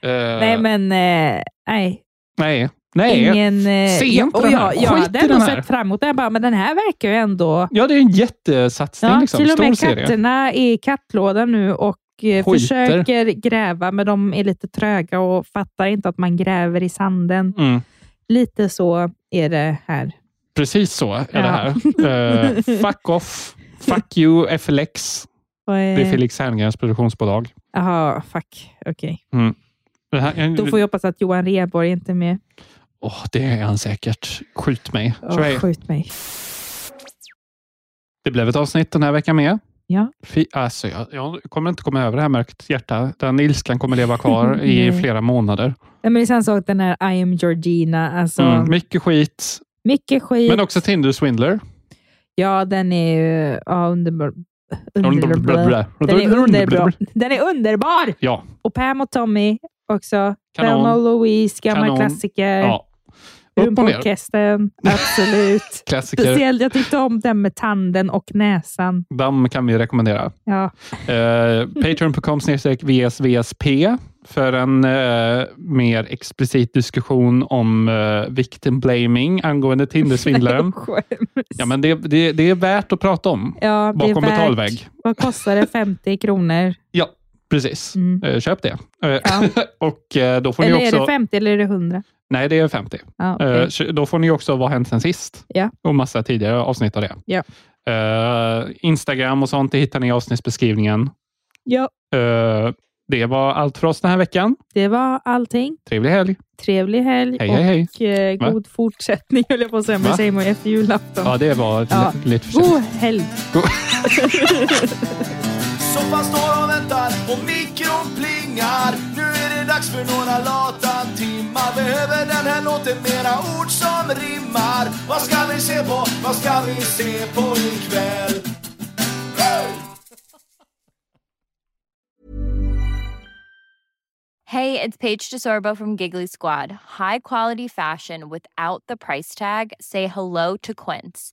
[SPEAKER 2] Eh,
[SPEAKER 3] Nej, men eh, nej.
[SPEAKER 2] nej, nej.
[SPEAKER 3] Ingen, eh,
[SPEAKER 2] Se
[SPEAKER 3] ja,
[SPEAKER 2] inte
[SPEAKER 3] och
[SPEAKER 2] den
[SPEAKER 3] jag,
[SPEAKER 2] här.
[SPEAKER 3] jag
[SPEAKER 2] Skit
[SPEAKER 3] hade
[SPEAKER 2] i den
[SPEAKER 3] ändå
[SPEAKER 2] här.
[SPEAKER 3] sett fram emot den. Jag bara, men den här verkar ju ändå...
[SPEAKER 2] Ja, det är en jättesatsning.
[SPEAKER 3] Ja,
[SPEAKER 2] liksom.
[SPEAKER 3] till och
[SPEAKER 2] Stor
[SPEAKER 3] med
[SPEAKER 2] serie.
[SPEAKER 3] katterna är i kattlådan nu och eh,
[SPEAKER 2] Skiter.
[SPEAKER 3] försöker gräva, men de är lite tröga och fattar inte att man gräver i sanden.
[SPEAKER 2] Mm.
[SPEAKER 3] Lite så är det här.
[SPEAKER 2] Precis så är
[SPEAKER 3] Ja.
[SPEAKER 2] det här. Eh, fuck off. Fuck you FLX.
[SPEAKER 3] Och,
[SPEAKER 2] Det är
[SPEAKER 3] eh,
[SPEAKER 2] Felix Herngrens produktionsbolag.
[SPEAKER 3] Jaha, fuck. Okej.
[SPEAKER 2] Mm. Det, här,
[SPEAKER 3] Då får jag hoppas att Johan Rheborg inte är med.
[SPEAKER 2] Åh, det är han säkert. Skjut mig. tror
[SPEAKER 3] Oh,
[SPEAKER 2] jag.
[SPEAKER 3] skjut mig.
[SPEAKER 2] Det blev ett avsnitt den här veckan med.
[SPEAKER 3] Ja.
[SPEAKER 2] Fy, alltså, jag, jag kommer inte komma över det här mörkt hjärta. Den ilskan kommer leva
[SPEAKER 3] *laughs*
[SPEAKER 2] kvar i
[SPEAKER 3] Nej.
[SPEAKER 2] flera månader.
[SPEAKER 3] Nej, men det är samma sak den här I am Georgina. Alltså,
[SPEAKER 2] Mm. Mycket skit,
[SPEAKER 3] Mycket skit.
[SPEAKER 2] men också Tinder Swindler.
[SPEAKER 3] Ja, den är ju ja, underbar.
[SPEAKER 2] Underbra.
[SPEAKER 3] Underbra. Den är underbra. Den är underbar!
[SPEAKER 2] Ja,
[SPEAKER 3] Och Pam och Tommy också.
[SPEAKER 2] Kanon.
[SPEAKER 3] Thelma och Louise, gammal
[SPEAKER 2] Kanon.
[SPEAKER 3] klassiker.
[SPEAKER 2] ja. Upp och ner. *laughs*
[SPEAKER 3] Rumporkestern, absolut.
[SPEAKER 2] Klassiker.
[SPEAKER 3] Speciellt, jag tyckte om den med tanden och näsan.
[SPEAKER 2] Damm kan vi rekommendera.
[SPEAKER 3] Ja,
[SPEAKER 2] Eh, Patreon.com snedstreck VSVSP för en eh, mer explicit diskussion om eh, victim blaming angående
[SPEAKER 3] *laughs*
[SPEAKER 2] Tindersvindlaren. ja, men det, det, det är värt att prata om.
[SPEAKER 3] ja det
[SPEAKER 2] Bakom
[SPEAKER 3] är värt.
[SPEAKER 2] betalvägg.
[SPEAKER 3] Vad kostar det?
[SPEAKER 2] *laughs*
[SPEAKER 3] 50 kronor?
[SPEAKER 2] Ja, precis. Eh, köp det. Eh, *laughs* och eh, då får
[SPEAKER 3] Mm. Eller
[SPEAKER 2] ni
[SPEAKER 3] är
[SPEAKER 2] också...
[SPEAKER 3] det 50 eller är det 100?
[SPEAKER 2] Nej, det är 50.
[SPEAKER 3] Ja,
[SPEAKER 2] Eh,
[SPEAKER 3] okej.
[SPEAKER 2] kö- Då får ni också Vad hänt sen sist?
[SPEAKER 3] Ja.
[SPEAKER 2] Och massa tidigare avsnitt av det.
[SPEAKER 3] Ja.
[SPEAKER 2] Eh, Instagram och sånt det hittar ni i avsnittsbeskrivningen.
[SPEAKER 3] ja,
[SPEAKER 2] Eh, det var allt för oss den här veckan.
[SPEAKER 3] det var allting.
[SPEAKER 2] Trevlig helg!
[SPEAKER 3] Trevlig helg
[SPEAKER 2] Hej, hej,
[SPEAKER 3] och eh,
[SPEAKER 2] Va?
[SPEAKER 3] god fortsättning, *laughs* höll jag på att säga. Men
[SPEAKER 2] Va?
[SPEAKER 3] säger man ju efter julafton.
[SPEAKER 2] Ja, det var
[SPEAKER 3] Ja.
[SPEAKER 2] lite- lite försiktigt.
[SPEAKER 3] God helg!
[SPEAKER 1] Soffan står och väntar och mikron plingar Nu är det dags för några lata timmar Behöver den här låten mera ord som rimmar Vad ska vi se på, vad ska vi se på ikväll? Hey!
[SPEAKER 9] Hey, it's Paige DeSorbo from Giggly Squad. High quality fashion without the price tag. Say hello to Quince.